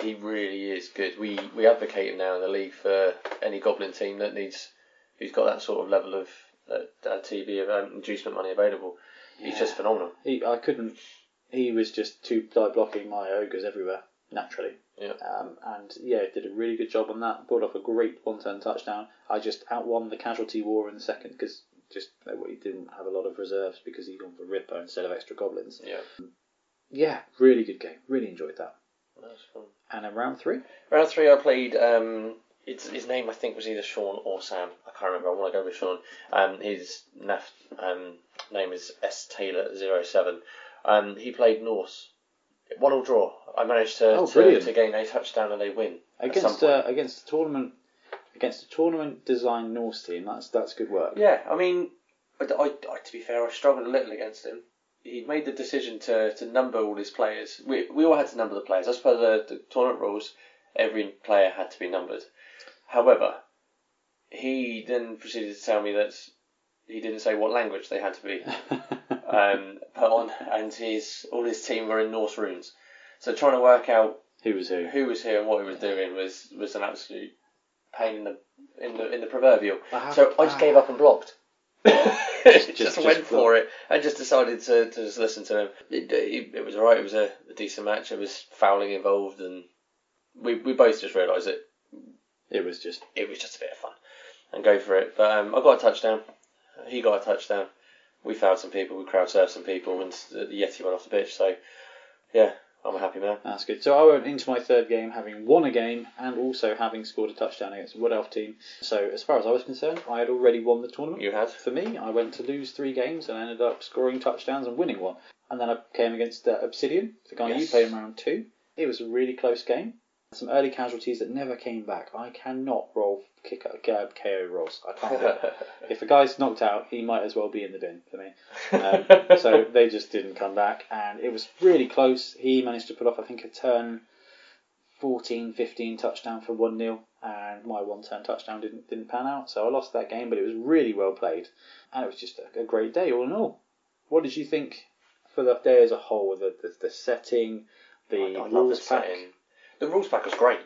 Speaker 1: he really is good. We we advocate him now in the league for any goblin team that needs who's got that sort of level of uh, uh, TV of, um, inducement money available. He's
Speaker 2: Yeah.
Speaker 1: just phenomenal.
Speaker 2: He, I couldn't. He was just two die blocking my ogres everywhere naturally.
Speaker 1: Yeah.
Speaker 2: Um, and yeah, did a really good job on that. Brought off a great one turn touchdown. I just outwon the casualty war in the second because just uh, he didn't have a lot of reserves because he gone for Ripper instead of extra goblins.
Speaker 1: Yeah,
Speaker 2: Yeah, really good game. Really enjoyed that.
Speaker 1: that's fun.
Speaker 2: And in round three,
Speaker 1: Round three, I played. Um, it's, his name I think was either Sean or Sam. I can't remember. I want to go with Sean. Um, his NAF um, name is S Taylor 07 Um, he played Norse. One all draw. I managed to,
Speaker 2: Oh,
Speaker 1: to,
Speaker 2: brilliant.
Speaker 1: to gain a touchdown and they win. at some
Speaker 2: against
Speaker 1: point.
Speaker 2: uh, against the tournament against the tournament design Norse team. That's that's good work.
Speaker 1: Yeah, I mean, I, I- I- to be fair, I struggled a little against him. He made the decision to, to number all his players. We, we all had to number the players. As per the, the tournament rules, every player had to be numbered. However, he then proceeded to tell me that he didn't say what language they had to be um, put on, and his all his team were in Norse runes. So trying to work out
Speaker 2: who was who?
Speaker 1: who was here and what he was doing was, was an absolute pain in the in the in the proverbial.
Speaker 2: I have-
Speaker 1: So I just gave up and blocked. just,
Speaker 2: just
Speaker 1: went
Speaker 2: blocked.
Speaker 1: for it and just decided to, to just listen to him. It, it, it was alright, it was a, a decent match, it was fouling involved, and we, we both just realised that
Speaker 2: It was just
Speaker 1: it was just a bit of fun and go for it. But um, I got a touchdown, he got a touchdown, we fouled some people, we crowd surfed some people, and the Yeti went off the pitch, so yeah, I'm a happy man.
Speaker 2: That's good. So I went into my third game having won a game and also having scored a touchdown against the Wood Elf team. So as far as I was concerned, I had already won the tournament.
Speaker 1: You had?
Speaker 2: For me, I went to lose three games and I ended up scoring touchdowns and winning one. And then I came against uh, Obsidian, the guy you
Speaker 1: Yes.
Speaker 2: played in round two. It was a really close game. Some early casualties that never came back. I cannot roll kick uh, KO rolls. I can't do it. If a guy's knocked out, he might as well be in the bin for me. Um, so they just didn't come back, and it was really close. He managed to put off, I think, a turn 14, 15 touchdown for 1 0, and my one turn touchdown didn't, didn't pan out, so I lost that game, but it was really well played, and it was just a, a great day, all in all. What did you think for the day as a whole? The, the, the setting, the
Speaker 1: I- I love
Speaker 2: rules
Speaker 1: the
Speaker 2: pack?
Speaker 1: setting. The rules pack was great.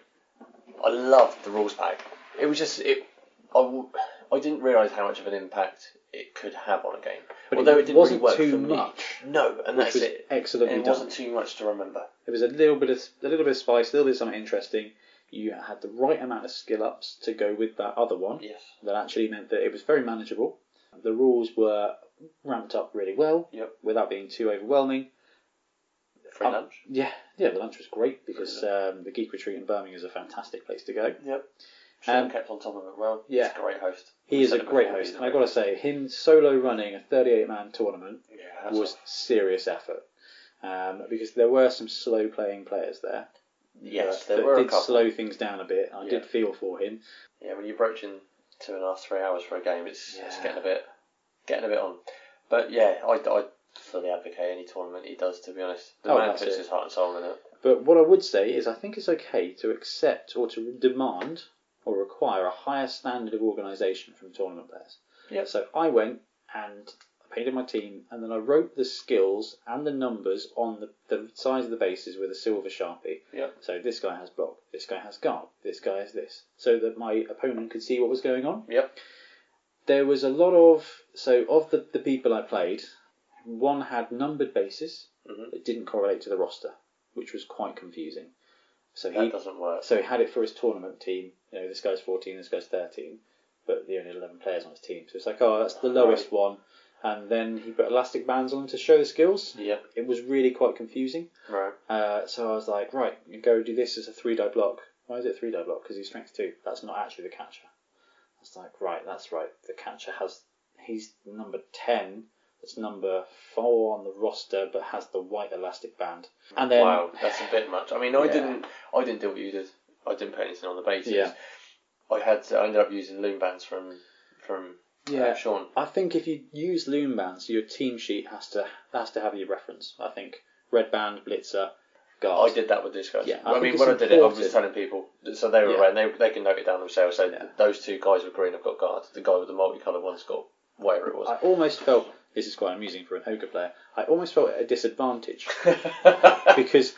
Speaker 1: I loved the rules pack. It was just it. I, w- I didn't realise how much of an impact it could have on a game.
Speaker 2: But
Speaker 1: Although
Speaker 2: it
Speaker 1: it, didn't
Speaker 2: wasn't
Speaker 1: really work
Speaker 2: too
Speaker 1: for me.
Speaker 2: much,
Speaker 1: No, and
Speaker 2: Which
Speaker 1: that's
Speaker 2: was
Speaker 1: it.
Speaker 2: excellently
Speaker 1: it
Speaker 2: done.
Speaker 1: wasn't too much to remember.
Speaker 2: It was a little bit of a little bit of spice, a little bit of something interesting. You had the right amount of skill ups to go with that other one.
Speaker 1: Yes.
Speaker 2: That actually meant that it was very manageable. The rules were ramped up really well
Speaker 1: Yep.
Speaker 2: without being too overwhelming.
Speaker 1: Free
Speaker 2: Um,
Speaker 1: lunch.
Speaker 2: Yeah, yeah, the lunch was great because um, the Geek Retreat in Birmingham is a fantastic place to go.
Speaker 1: Yep. Sean
Speaker 2: um,
Speaker 1: kept on top of it well.
Speaker 2: yeah.
Speaker 1: He's a great host.
Speaker 2: He
Speaker 1: We
Speaker 2: is a
Speaker 1: said it
Speaker 2: great
Speaker 1: before,
Speaker 2: host,
Speaker 1: he's
Speaker 2: and I've got to say, him solo running a 38 man tournament
Speaker 1: Yeah, that's
Speaker 2: was serious effort. um, because there were some slow playing players there.
Speaker 1: Yes,
Speaker 2: that-
Speaker 1: there
Speaker 2: that
Speaker 1: were a
Speaker 2: did
Speaker 1: couple.
Speaker 2: slow things down a bit. I
Speaker 1: Yeah.
Speaker 2: did feel for him.
Speaker 1: Yeah, when you're broaching two and a half, three hours for a game, it's, it's
Speaker 2: Yeah.
Speaker 1: getting a bit getting a bit on. But yeah, I, I fully advocate any tournament he does. To be honest, the
Speaker 2: Oh,
Speaker 1: man
Speaker 2: that's
Speaker 1: puts
Speaker 2: it.
Speaker 1: his heart and soul in it.
Speaker 2: But what I would say is, I think it's okay to accept or to demand or require a higher standard of organisation from tournament players.
Speaker 1: Yep.
Speaker 2: So I went and I painted my team, and then I wrote the skills and the numbers on the, the size of the bases with a silver sharpie.
Speaker 1: Yep.
Speaker 2: So this guy has block, this guy has guard, this guy has this, so that my opponent could see what was going on.
Speaker 1: Yep.
Speaker 2: There was a lot of so of the, the people I played, one had numbered bases
Speaker 1: Mhm.
Speaker 2: that didn't correlate to the roster, which was quite confusing. So
Speaker 1: That
Speaker 2: he
Speaker 1: doesn't work.
Speaker 2: so he had it for his tournament team. You know, this guy's 14, this guy's 13, but the only 11 players on his team. So it's like, oh, that's the lowest one. And then he put elastic bands on to show the skills.
Speaker 1: Yep.
Speaker 2: It was really quite confusing.
Speaker 1: Right.
Speaker 2: Uh, so I was like, right, you go do this as a three die block. Why is it three die block? Because he's strength two. That's not actually the catcher. I was like, right, that's right. The catcher has he's number ten. That's number four on the roster, but has the white elastic band. And then
Speaker 1: wow, that's a bit much. I mean, I
Speaker 2: Yeah.
Speaker 1: didn't I didn't do what you did. I didn't put anything on the bases.
Speaker 2: Yeah.
Speaker 1: I had I ended up using loom bands from from uh,
Speaker 2: yeah,
Speaker 1: Sean.
Speaker 2: I think if you use loom bands, your team sheet has to has to have your reference. I think red band, blitzer, guard.
Speaker 1: I did that with this guy.
Speaker 2: Yeah, I
Speaker 1: I,
Speaker 2: think
Speaker 1: mean,
Speaker 2: it's
Speaker 1: when I did it, I was
Speaker 2: important.
Speaker 1: telling people, so they were
Speaker 2: Yeah.
Speaker 1: aware, and they, they can note it down themselves. So
Speaker 2: Yeah.
Speaker 1: those two guys with green have got guards. The guy with the multicoloured one's got whatever it was.
Speaker 2: I almost felt this is quite amusing for an ogre player. I almost felt at a disadvantage because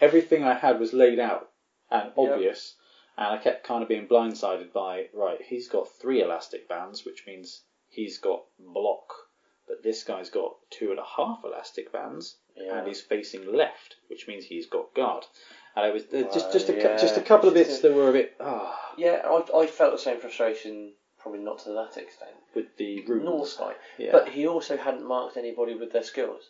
Speaker 2: everything I had was laid out and obvious, and I kept kind of being blindsided by right. He's got three elastic bands, which means he's got block, but this guy's got two and a half elastic bands,
Speaker 1: Yeah.
Speaker 2: and he's facing left, which means he's got guard. And it was there just
Speaker 1: Wow,
Speaker 2: just a, cou-
Speaker 1: Uh, yeah.
Speaker 2: just a couple of
Speaker 1: Just
Speaker 2: bits
Speaker 1: a-
Speaker 2: that were a bit ah
Speaker 1: yeah, I, I felt the same frustration, probably not to that extent.
Speaker 2: with the rules.
Speaker 1: North guy,
Speaker 2: yeah.
Speaker 1: but he also hadn't marked anybody with their skills.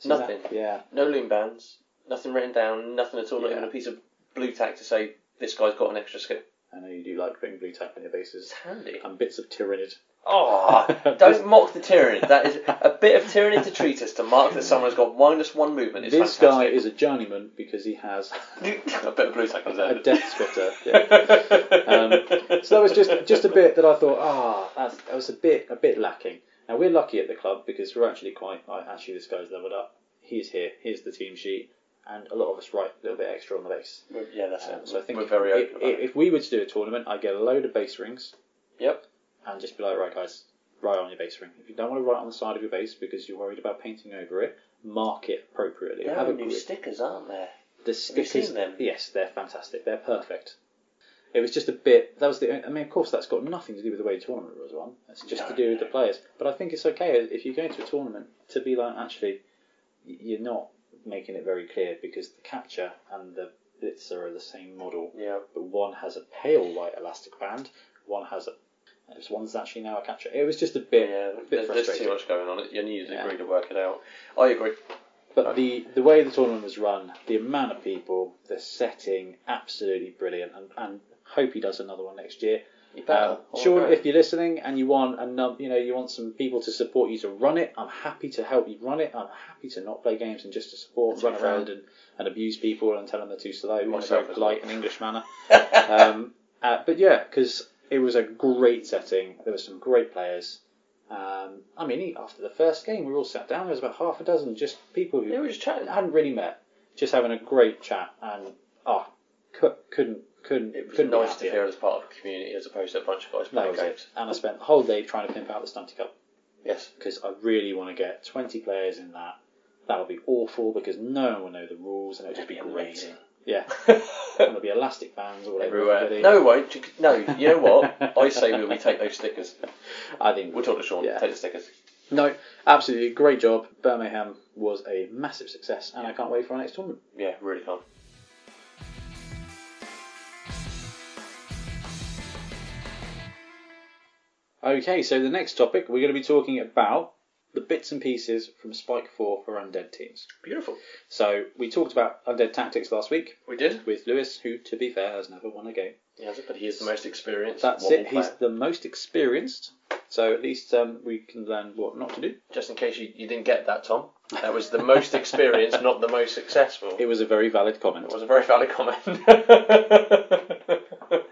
Speaker 2: So that-
Speaker 1: nothing.
Speaker 2: yeah,
Speaker 1: No loom bands, nothing written down, nothing at all. Not
Speaker 2: Yeah.
Speaker 1: even a piece of blue tack to say this guy's got an extra skill.
Speaker 2: I know you do like putting blue tape on your bases
Speaker 1: It's handy.
Speaker 2: and bits of tyrannid.
Speaker 1: Oh, don't mock the tyranny. That is a bit of tyranny to treat us to mark that someone's got minus one movement. Is
Speaker 2: this guy
Speaker 1: fantastic.
Speaker 2: is a journeyman because he has
Speaker 1: a bit of blue tack on
Speaker 2: a
Speaker 1: there.
Speaker 2: death splitter. Yeah. Um, so that was just just a bit that I thought, ah, that's that was a bit a bit lacking. Now we're lucky at the club because we're actually quite like, actually this guy's leveled up. He's here. Here's the team sheet, and a lot of us write a little bit extra on the base.
Speaker 1: Yeah, that's
Speaker 2: Um,
Speaker 1: it.
Speaker 2: so I think
Speaker 1: we're
Speaker 2: if,
Speaker 1: very
Speaker 2: if,
Speaker 1: open. about
Speaker 2: if,
Speaker 1: it.
Speaker 2: if we were to do a tournament, I'd get a load of base rings
Speaker 1: Yep.
Speaker 2: and just be like, right guys, write on your base ring. If you don't want to write on the side of your base because you're worried about painting over it, mark it appropriately.
Speaker 1: There
Speaker 2: Have
Speaker 1: are
Speaker 2: a
Speaker 1: new
Speaker 2: grid.
Speaker 1: stickers, aren't there?
Speaker 2: The
Speaker 1: you
Speaker 2: stickers,
Speaker 1: seen them?
Speaker 2: yes, they're fantastic. They're perfect. It was just a bit. That was the. I mean, of course, that's got nothing to do with the way the tournament was run. It's just
Speaker 1: No,
Speaker 2: to do with
Speaker 1: no.
Speaker 2: the players. But I think it's okay if you go into a tournament to be like, actually, y- you're not making it very clear because the capture and the blitzer are the same model,
Speaker 1: Yeah.
Speaker 2: but one has a pale white elastic band, one has a. It's one's actually now a catcher. It was just a bit,
Speaker 1: Yeah,
Speaker 2: a bit
Speaker 1: there- there's
Speaker 2: frustrating.
Speaker 1: too much going on. You need to
Speaker 2: Yeah.
Speaker 1: agree to work it out. I agree.
Speaker 2: But the, the way the tournament was run, the amount of people, the setting, absolutely brilliant. And, and hope he does another one next year.
Speaker 1: You better.
Speaker 2: Um, Sean, if you're listening and you want a num- you know you want some people to support you to run it, I'm happy to help you run it. I'm happy to not play games and just to support,
Speaker 1: That's
Speaker 2: run
Speaker 1: fair.
Speaker 2: around and, and abuse people and tell them they're too slow in a
Speaker 1: Myself
Speaker 2: very
Speaker 1: as
Speaker 2: polite
Speaker 1: well.
Speaker 2: and English manner. um, uh, but yeah, because it was a great setting. There were some great players. Um, I mean, after the first game, we all sat down. There was about half a dozen just people who
Speaker 1: Yeah, we're just chatting.
Speaker 2: hadn't really met, just having a great chat, and oh, cou- couldn't couldn't
Speaker 1: It was
Speaker 2: couldn't be
Speaker 1: nice to
Speaker 2: happier.
Speaker 1: hear as part of a community as opposed to a bunch of guys
Speaker 2: That
Speaker 1: playing
Speaker 2: was it.
Speaker 1: games.
Speaker 2: And I spent the whole day trying to pimp out the Stunty Cup
Speaker 1: Yes.
Speaker 2: because I really want to get 20 players in that. That'll be awful because no one will know the rules and it'll just be amazing. Yeah, and there'll be elastic bands all over
Speaker 1: Everywhere.
Speaker 2: everybody.
Speaker 1: No, won't. you- No, you know what? I say we, we take those stickers.
Speaker 2: I think
Speaker 1: We'll talk to Sean.
Speaker 2: Yeah.
Speaker 1: Take the stickers.
Speaker 2: no, absolutely great job. Birmingham was a massive success, and I can't wait for our next tournament.
Speaker 1: Yeah, really fun.
Speaker 2: Okay, so the next topic we're going to be talking about the bits and pieces from Spike Four for undead teams.
Speaker 1: Beautiful.
Speaker 2: So we talked about undead tactics last week
Speaker 1: We did.
Speaker 2: with Lewis, who, to be fair, has never won a game.
Speaker 1: Yeah, but he is the most experienced.
Speaker 2: That's
Speaker 1: wobble
Speaker 2: it. He's
Speaker 1: player.
Speaker 2: the most experienced, so at least um, we can learn what not to do.
Speaker 1: Just in case you, you didn't get that, Tom, That was the most experienced, not the most successful.
Speaker 2: It was a very valid comment.
Speaker 1: It was a very valid comment.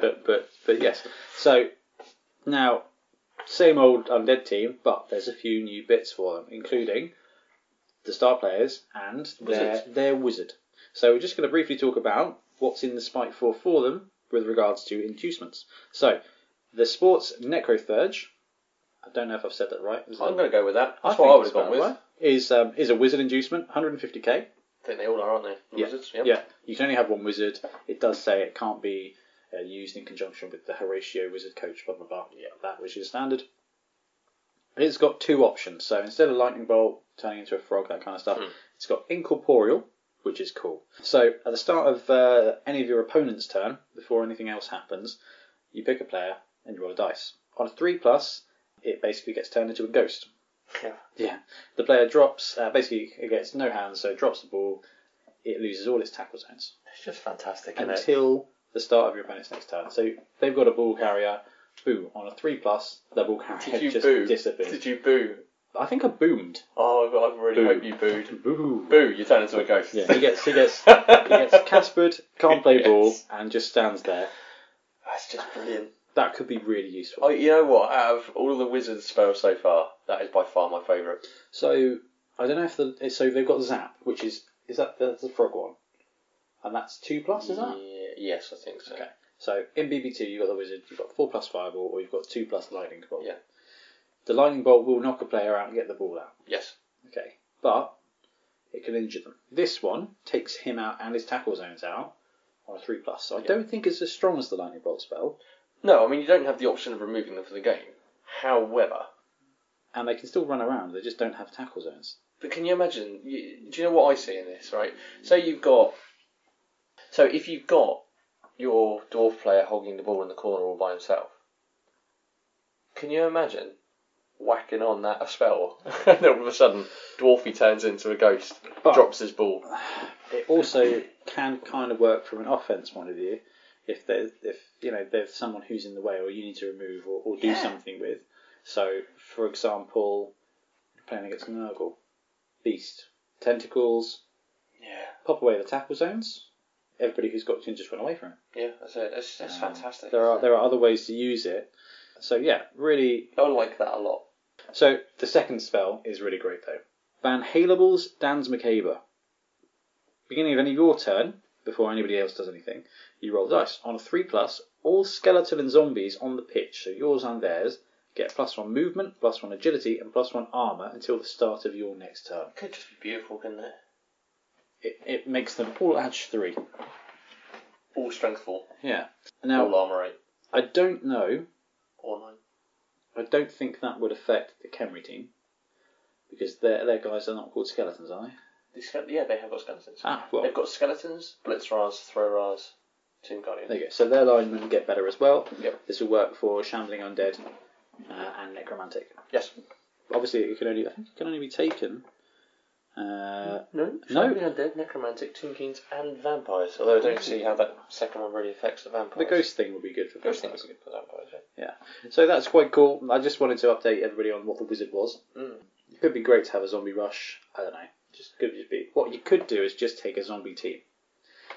Speaker 2: But but but yes. So now, same old undead team, but there's a few new bits for them, including the star players and their
Speaker 1: Wizards.
Speaker 2: their wizard. So we're just going to briefly talk about what's in the spike four for them with regards to inducements. So the sports necrothurge. I don't know if I've said that right. Is
Speaker 3: I'm
Speaker 2: that-
Speaker 3: going to go with that. That's
Speaker 2: think
Speaker 3: what I would
Speaker 2: it's
Speaker 3: have gone
Speaker 2: about
Speaker 3: with.
Speaker 2: right. Is um, is a wizard inducement, 150k.
Speaker 3: I think they all are, aren't they? The
Speaker 2: Yeah.
Speaker 3: Wizards,
Speaker 2: Yeah, you can only have one wizard. It does say it can't be uh, used in conjunction with the Horatio Wizard Coach, blah blah blah. Yeah, that which is standard. It's got two options. So instead of lightning bolt turning into a frog, that kind of stuff,
Speaker 3: Hmm.
Speaker 2: it's got incorporeal, which is cool. So at the start of uh, any of your opponent's turn, before anything else happens, you pick a player and you roll a dice. On a three plus, it basically gets turned into a ghost.
Speaker 1: Yeah.
Speaker 2: Yeah. The player drops. Uh, basically, it gets no hands, so it drops the ball. It loses all its tackle zones
Speaker 1: It's just fantastic, isn't it?
Speaker 2: until the start of your opponent's next turn. So they've got a ball carrier. Boo on a three plus, their ball carrier
Speaker 3: Did you
Speaker 2: just
Speaker 3: boo?
Speaker 2: disappears.
Speaker 3: Did you boo?
Speaker 2: I think I boomed.
Speaker 3: Oh, I really
Speaker 2: Boo.
Speaker 3: hope you booed.
Speaker 2: Boo.
Speaker 3: Boo, you turn into a ghost.
Speaker 2: Yeah, he gets he gets he gets Caspered, can't play ball, and just stands there.
Speaker 3: That's just brilliant.
Speaker 2: That could be really useful.
Speaker 3: Oh, you know what? Out of all the wizard spells so far, that is by far my favourite.
Speaker 2: So I don't know if the so they've got Zap, which is is that that's the frog one, and that's two plus, is that?
Speaker 3: Yeah, yes, I think so.
Speaker 2: Okay. So in BB2, you've got the wizard, you've got 4 plus fireball, or you've got 2 plus lightning bolt.
Speaker 3: Yeah.
Speaker 2: The lightning bolt will knock a player out and get the ball out.
Speaker 3: Yes.
Speaker 2: Okay. But it can injure them. This one takes him out and his tackle zones out on a 3 plus. So I don't think it's as strong as the lightning bolt spell,
Speaker 3: No, I mean you don't have the option of removing them from the game. However,
Speaker 2: and they can still run around, they just don't have tackle zones.
Speaker 3: But can you imagine? You, do you know what I see in this? Right. So you've got. So if you've got your dwarf player hogging the ball in the corner all by himself, can you imagine whacking on that spell? and all of a sudden, dwarfy turns into a ghost,
Speaker 2: But-
Speaker 3: drops his ball.
Speaker 2: It also can kind of work from an offense point of view. If there's if you know there's someone who's in the way or you need to remove or, or do something with. So for example, playing against Nurgle, Beast, Tentacles,
Speaker 3: Yeah,
Speaker 2: pop away the tackle zones. Everybody who's got to just run away from it.
Speaker 3: yeah, that's it. That's, that's fantastic.
Speaker 2: Um, There are there are other ways to use it. So yeah, really
Speaker 3: I like that a lot.
Speaker 2: so the second spell is really great though. Van Halable's Dans Macabre. Beginning of any of your turn, before anybody else does anything, you roll the dice. On a three plus, all skeletal and zombies on the pitch, so yours and theirs, get plus one movement, plus one agility, and plus one armor until the start of your next turn.
Speaker 3: Could just be beautiful, couldn't it?
Speaker 2: It, it makes them all edge three.
Speaker 3: All strength four,
Speaker 2: Yeah.
Speaker 3: all
Speaker 2: Now
Speaker 3: armor eight,
Speaker 2: I don't know.
Speaker 3: all nine.
Speaker 2: I don't think that would affect the Kenry team because their their guys are not called skeletons, are they?
Speaker 3: The skele- yeah, they have got skeletons.
Speaker 2: Ah, well,
Speaker 3: They've got skeletons, blitzrars, throwrars, tomb guardians.
Speaker 2: There you go. So their linemen get better as well.
Speaker 3: Yep.
Speaker 2: This will work for shambling undead uh, and necromantic.
Speaker 3: Yes.
Speaker 2: Obviously, it can only I think it can only be taken. Uh,
Speaker 1: No,
Speaker 2: No.
Speaker 1: no. Undead, necromantic, tinkins, and vampires. Although I don't see how that second one really affects the vampires.
Speaker 2: the ghost thing would be good for
Speaker 1: Ghost
Speaker 2: vampires.
Speaker 1: thing's good for vampires. Yeah.
Speaker 2: So that's quite cool. I just wanted to update everybody on what the wizard was.
Speaker 1: Mm.
Speaker 2: It could be great to have a zombie rush. I don't know. Just could just be what you could do is just take a zombie team.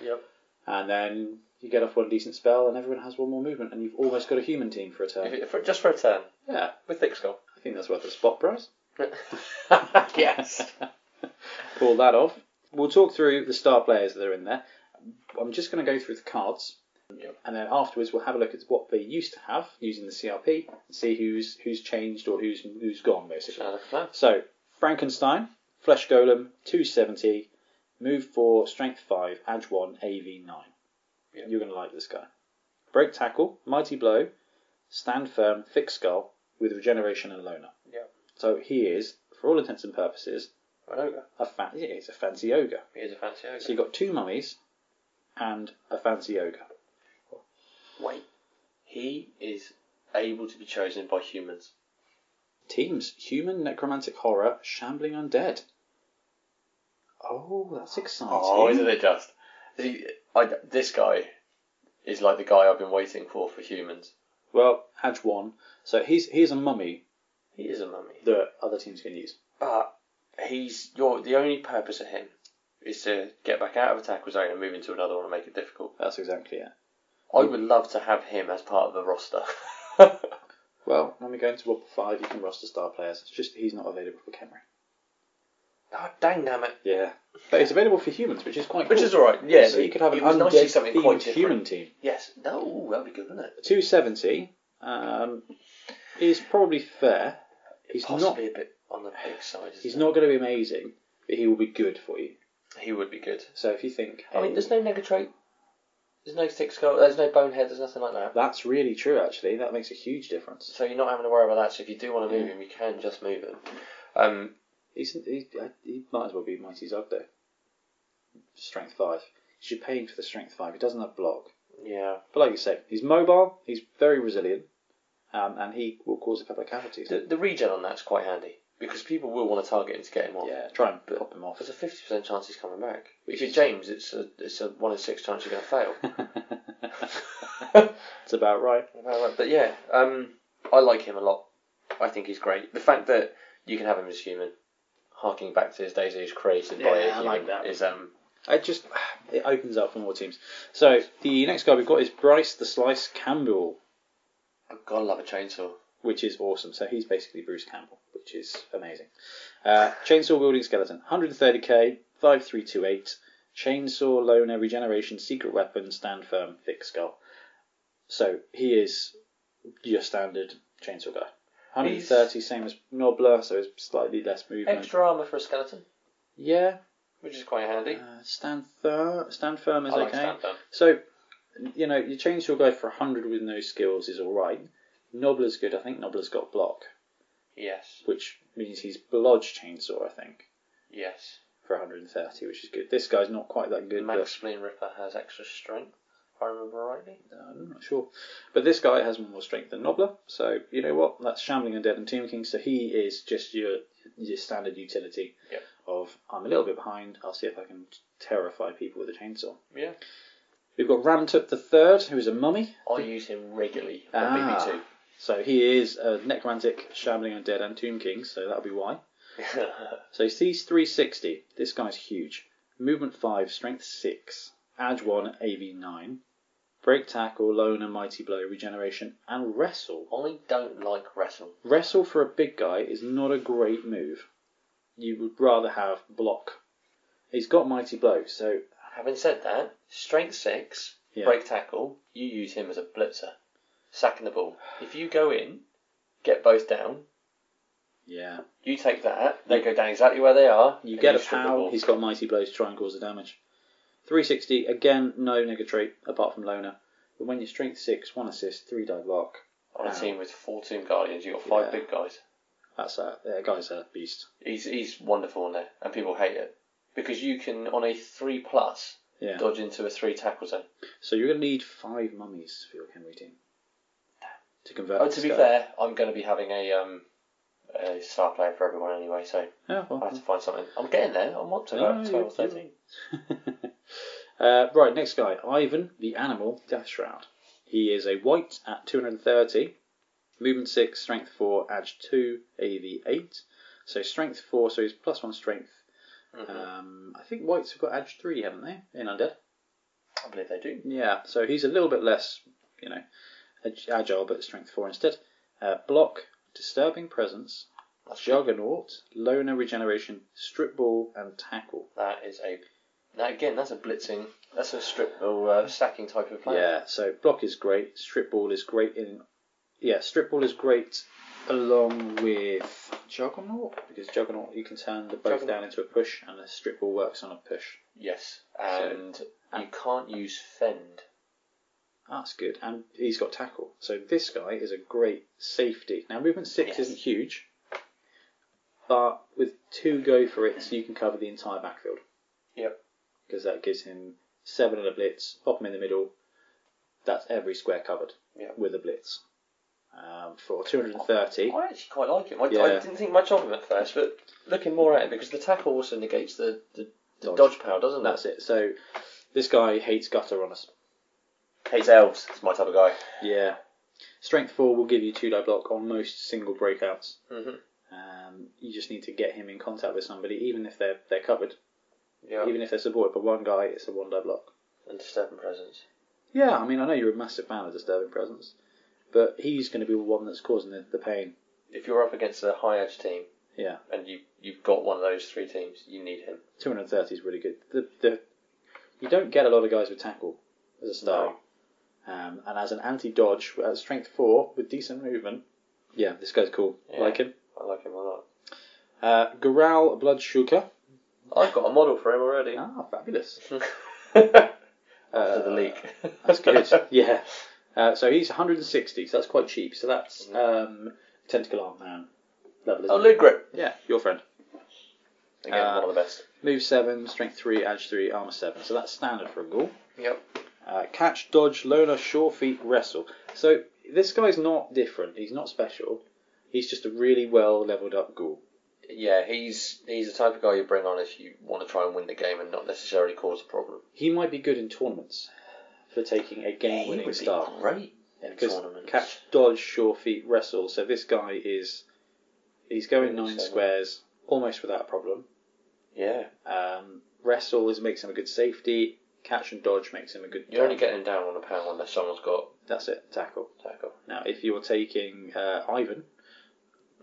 Speaker 1: Yep.
Speaker 2: And then you get off one decent spell, and everyone has one more movement, and you've almost got a human team for a
Speaker 1: If
Speaker 2: turn.
Speaker 1: it- for- just for a turn
Speaker 2: Yeah,
Speaker 1: with thick skull.
Speaker 2: I think that's worth a spot price.
Speaker 1: yes.
Speaker 2: pull that off. We'll talk through the star players that are in there. I'm just going to go through the cards,
Speaker 1: Yep.
Speaker 2: and then afterwards we'll have a look at what they used to have using the CRP, and see who's who's changed or who's who's gone basically.
Speaker 1: Sounds like a plan.
Speaker 2: So Frankenstein, Flesh Golem, 270, move four, strength five, edge one, AV nine.
Speaker 1: Yep.
Speaker 2: You're going to like this guy. Break tackle, mighty blow, stand firm, thick skull with regeneration and loner.
Speaker 1: Yep.
Speaker 2: So he is, for all intents and purposes,
Speaker 1: An ogre.
Speaker 2: a fa- yeah, he's a fancy ogre.
Speaker 1: He is a fancy ogre.
Speaker 2: So you've got two mummies and a fancy ogre.
Speaker 3: Wait. He is able to be chosen by humans.
Speaker 2: Teams human, necromantic, horror, shambling undead. Oh, that's exciting.
Speaker 3: Oh, isn't it just? He, I, this guy is like the guy I've been waiting for for humans.
Speaker 2: Well, had one. So he's he's a mummy
Speaker 3: He is a mummy.
Speaker 2: that other teams can use.
Speaker 3: But
Speaker 1: he's your the only purpose of him is to get back out of a tackle zone and move into another one and make it difficult.
Speaker 2: That's exactly it.
Speaker 1: I would love to have him as part of the roster. Ah,
Speaker 2: Well, when we go into Wobble 5, you can roster star players. It's just he's not available for Camry.
Speaker 1: oh, dang damn it!
Speaker 2: Yeah. But it's available for humans, which is quite
Speaker 1: Which
Speaker 2: cool.
Speaker 1: is all right. Yeah,
Speaker 2: so you could have an
Speaker 1: it was nice to see
Speaker 2: undead
Speaker 1: something
Speaker 2: themed
Speaker 1: quite different.
Speaker 2: human team.
Speaker 1: Yes. No, that'd be good, wouldn't it?
Speaker 2: 270 um, is probably fair. He's not
Speaker 1: Possibly a bit on the big side. Isn't
Speaker 2: he's
Speaker 1: it?
Speaker 2: not going to be amazing, but he will be good for you.
Speaker 1: He would be good.
Speaker 2: So if you think,
Speaker 1: I
Speaker 2: hey,
Speaker 1: mean, there's no negatrate. There's no thick skull. There's no bonehead. There's nothing like that.
Speaker 2: that's really true, actually, that makes a huge difference.
Speaker 1: So you're not having to worry about that. So if you do want to move him, you can just move him. Um,
Speaker 2: He's, he, uh, he might as well be Mighty Zug, though. Strength 5. You should pay him for the Strength 5. He doesn't have block.
Speaker 1: yeah.
Speaker 2: But like you say, he's mobile, he's very resilient, um, and he will cause a couple of casualties.
Speaker 1: The, the regen on that's quite handy because people will want to target him to get him off.
Speaker 2: Yeah, try and pop him off.
Speaker 1: There's a fifty percent chance he's coming back.
Speaker 2: Which
Speaker 1: if you're
Speaker 2: is-
Speaker 1: James, it's a it's a one in six chance you're going to fail.
Speaker 2: That's about right.
Speaker 1: Uh, but yeah, um, I like him a lot. I think he's great. The fact that you can have him as human, harking back to his days he was created by
Speaker 2: Yeah,
Speaker 1: a
Speaker 2: I
Speaker 1: human,
Speaker 2: like that.
Speaker 1: is um
Speaker 2: It just it opens up for more teams. So the next guy we've got is Bryce the Slice Campbell,
Speaker 1: I gotta love a chainsaw.
Speaker 2: which is awesome. So he's basically Bruce Campbell, which is amazing. Uh, chainsaw wielding skeleton, 130k, 5328, chainsaw, loner, regeneration, secret weapon, stand firm, thick skull. So he is your standard chainsaw guy. 130, same as Nobler, so it's slightly less movement.
Speaker 1: Extra armor for a skeleton,
Speaker 2: Yeah,
Speaker 1: which is quite handy.
Speaker 2: uh, stand firm. Stand firm is
Speaker 1: I like
Speaker 2: okay.
Speaker 1: stand firm.
Speaker 2: So, you know, your chainsaw guy for 100 with no skills is alright. Nobler's good. I think Nobler's got block,
Speaker 1: Yes,
Speaker 2: which means he's blodge chainsaw, I think,
Speaker 1: yes.
Speaker 2: for 130, which is good. This guy's not quite that good,
Speaker 1: Max Spleen Ripper has extra strength, if I remember rightly.
Speaker 2: but uh, I'm not sure. But this guy has more strength than Nobler, so you know what? That's Shambling Undead and Tomb King, so he is just your your standard utility
Speaker 1: Yep.
Speaker 2: of I'm a little bit behind, I'll see if I can terrify people with a chainsaw.
Speaker 1: Yeah.
Speaker 2: We've got Ramtup the Third, who is a mummy.
Speaker 1: I use him regularly on
Speaker 2: Ah.
Speaker 1: BB2.
Speaker 2: So he is a necromantic, shambling undead, and tomb king. So that'll be why. So he's 360. This guy's huge. Movement five, strength six, edge one, AV nine, break tackle, lone and mighty blow, regeneration, and wrestle.
Speaker 1: I don't like wrestle.
Speaker 2: Wrestle for a big guy is not a great move. You would rather have block. He's got mighty blow, so
Speaker 1: Having said that, strength six,
Speaker 2: yeah,
Speaker 1: break tackle, you use him as a blitzer, sacking the ball. If you go in, get both down,
Speaker 2: yeah.
Speaker 1: you take that, they go down exactly where they are.
Speaker 2: You
Speaker 1: and
Speaker 2: get a
Speaker 1: strip the
Speaker 2: pow.
Speaker 1: ball.
Speaker 2: He's got mighty blows to try and cause the damage. 360 again, no nega trait apart from loner. But when you're strength six, one assist, three dive lock.
Speaker 1: on a
Speaker 2: down.
Speaker 1: team with fourteen guardians. You have got five
Speaker 2: Yeah.
Speaker 1: big guys.
Speaker 2: That's a that guy's a beast.
Speaker 1: He's he's wonderful in there, and people hate it because you can on a three plus
Speaker 2: Yeah.
Speaker 1: dodge into a three tackle zone.
Speaker 2: So you're gonna need five mummies for your Henry team to convert.
Speaker 1: Oh,
Speaker 2: this
Speaker 1: to be
Speaker 2: guy.
Speaker 1: fair, I'm going to be having a um a star player for everyone anyway, so I
Speaker 2: Yeah,
Speaker 1: have to
Speaker 2: well.
Speaker 1: find something. I'm getting there. I'm up to
Speaker 2: No,
Speaker 1: about
Speaker 2: you-
Speaker 1: 12,
Speaker 2: you-
Speaker 1: 13.
Speaker 2: uh, right, next guy, Ivan the Animal Death Shroud. He is a white at 230, movement 6, strength 4, edge 2, AV 8. So strength 4, so he's plus 1 strength. Um, I think whites have got edge 3, haven't they, in Undead?
Speaker 1: I believe they do.
Speaker 2: Yeah, so he's a little bit less, you know, ag- agile, but strength 4 instead. Uh, block, disturbing presence,
Speaker 1: That's
Speaker 2: juggernaut, loner regeneration, strip ball, and tackle.
Speaker 1: That is a. Now again, that's a blitzing. That's a strip or uh, stacking type of player.
Speaker 2: Yeah, so block is great. Strip ball is great in. Yeah, strip ball is great along with Juggernaut because Juggernaut you can turn the both
Speaker 1: Juggernaut.
Speaker 2: down into a push, and a strip ball works on a push.
Speaker 1: Yes, and you can't use fend.
Speaker 2: That's good, and he's got tackle. So this guy is a great safety. Now movement six
Speaker 1: Yes.
Speaker 2: isn't huge, but with two go for it, you can cover the entire backfield.
Speaker 1: Yep.
Speaker 2: Because that gives him seven and a blitz. Pop him in the middle. That's every square covered.
Speaker 1: Yep.
Speaker 2: With a blitz. Um, for 230.
Speaker 1: I actually quite like him. I, I
Speaker 2: Yeah.
Speaker 1: didn't think much of him at first, but looking more at it because the tackle also negates the, the, the
Speaker 2: Dodge.
Speaker 1: dodge. power, doesn't
Speaker 2: That's it. So this guy hates gutter on us.
Speaker 1: it? Hates elves. It's my type of guy.
Speaker 2: Yeah. Strength four will give you two die block on most single breakouts.
Speaker 1: Mhm.
Speaker 2: Um, Um, you just need to get him in contact with somebody, even if they're they're covered,
Speaker 1: Yeah.
Speaker 2: even if they're supported by one guy. It's a one die block.
Speaker 1: And disturbing presence.
Speaker 2: Yeah, I mean, I know you're a massive fan of Disturbing Presence, but he's going to be the one that's causing the, the pain.
Speaker 1: If you're up against a high edge team,
Speaker 2: Yeah.
Speaker 1: and you you've got one of those three teams, you need him.
Speaker 2: 230 is really good. The, the You don't get a lot of guys with tackle as a style. Um, and as an anti dodge, at strength 4, with decent movement, yeah, this guy's cool.
Speaker 1: Yeah.
Speaker 2: Like him.
Speaker 1: I like him a lot.
Speaker 2: Uh, Goral Bloodshuka.
Speaker 1: I've got a model for him already.
Speaker 2: Ah, fabulous.
Speaker 1: After
Speaker 2: Uh,
Speaker 1: the leak.
Speaker 2: That's good. yeah. Uh, so he's 160, so that's quite cheap. So that's um, Tentacle Arm Man level.
Speaker 1: Mm-hmm. Oh,
Speaker 2: Isn't it?
Speaker 1: Lid Grip.
Speaker 2: Yeah, your friend.
Speaker 1: Again,
Speaker 2: Uh,
Speaker 1: one of the best.
Speaker 2: Move seven, strength three, edge three, armor seven. So that's standard for a ghoul.
Speaker 1: Yep.
Speaker 2: Uh, catch, dodge, loner, sure feet, wrestle. So this guy's not different. He's not special. He's just a really well leveled up ghoul.
Speaker 1: Yeah, he's he's the type of guy you bring on if you want to try and win the game and not necessarily cause a problem.
Speaker 2: He might be good in tournaments for taking a game winning start.
Speaker 1: great in
Speaker 2: Because
Speaker 1: tournaments.
Speaker 2: catch, dodge, sure feet, wrestle. So this guy is he's going nine
Speaker 1: Seven.
Speaker 2: squares almost without a problem.
Speaker 1: Yeah,
Speaker 2: Um, wrestle is makes him a good safety. Catch and dodge makes him a good.
Speaker 1: you're only getting him down on a pound unless someone's got
Speaker 2: That's it. Tackle.
Speaker 1: tackle.
Speaker 2: Now, if you're taking uh, Ivan,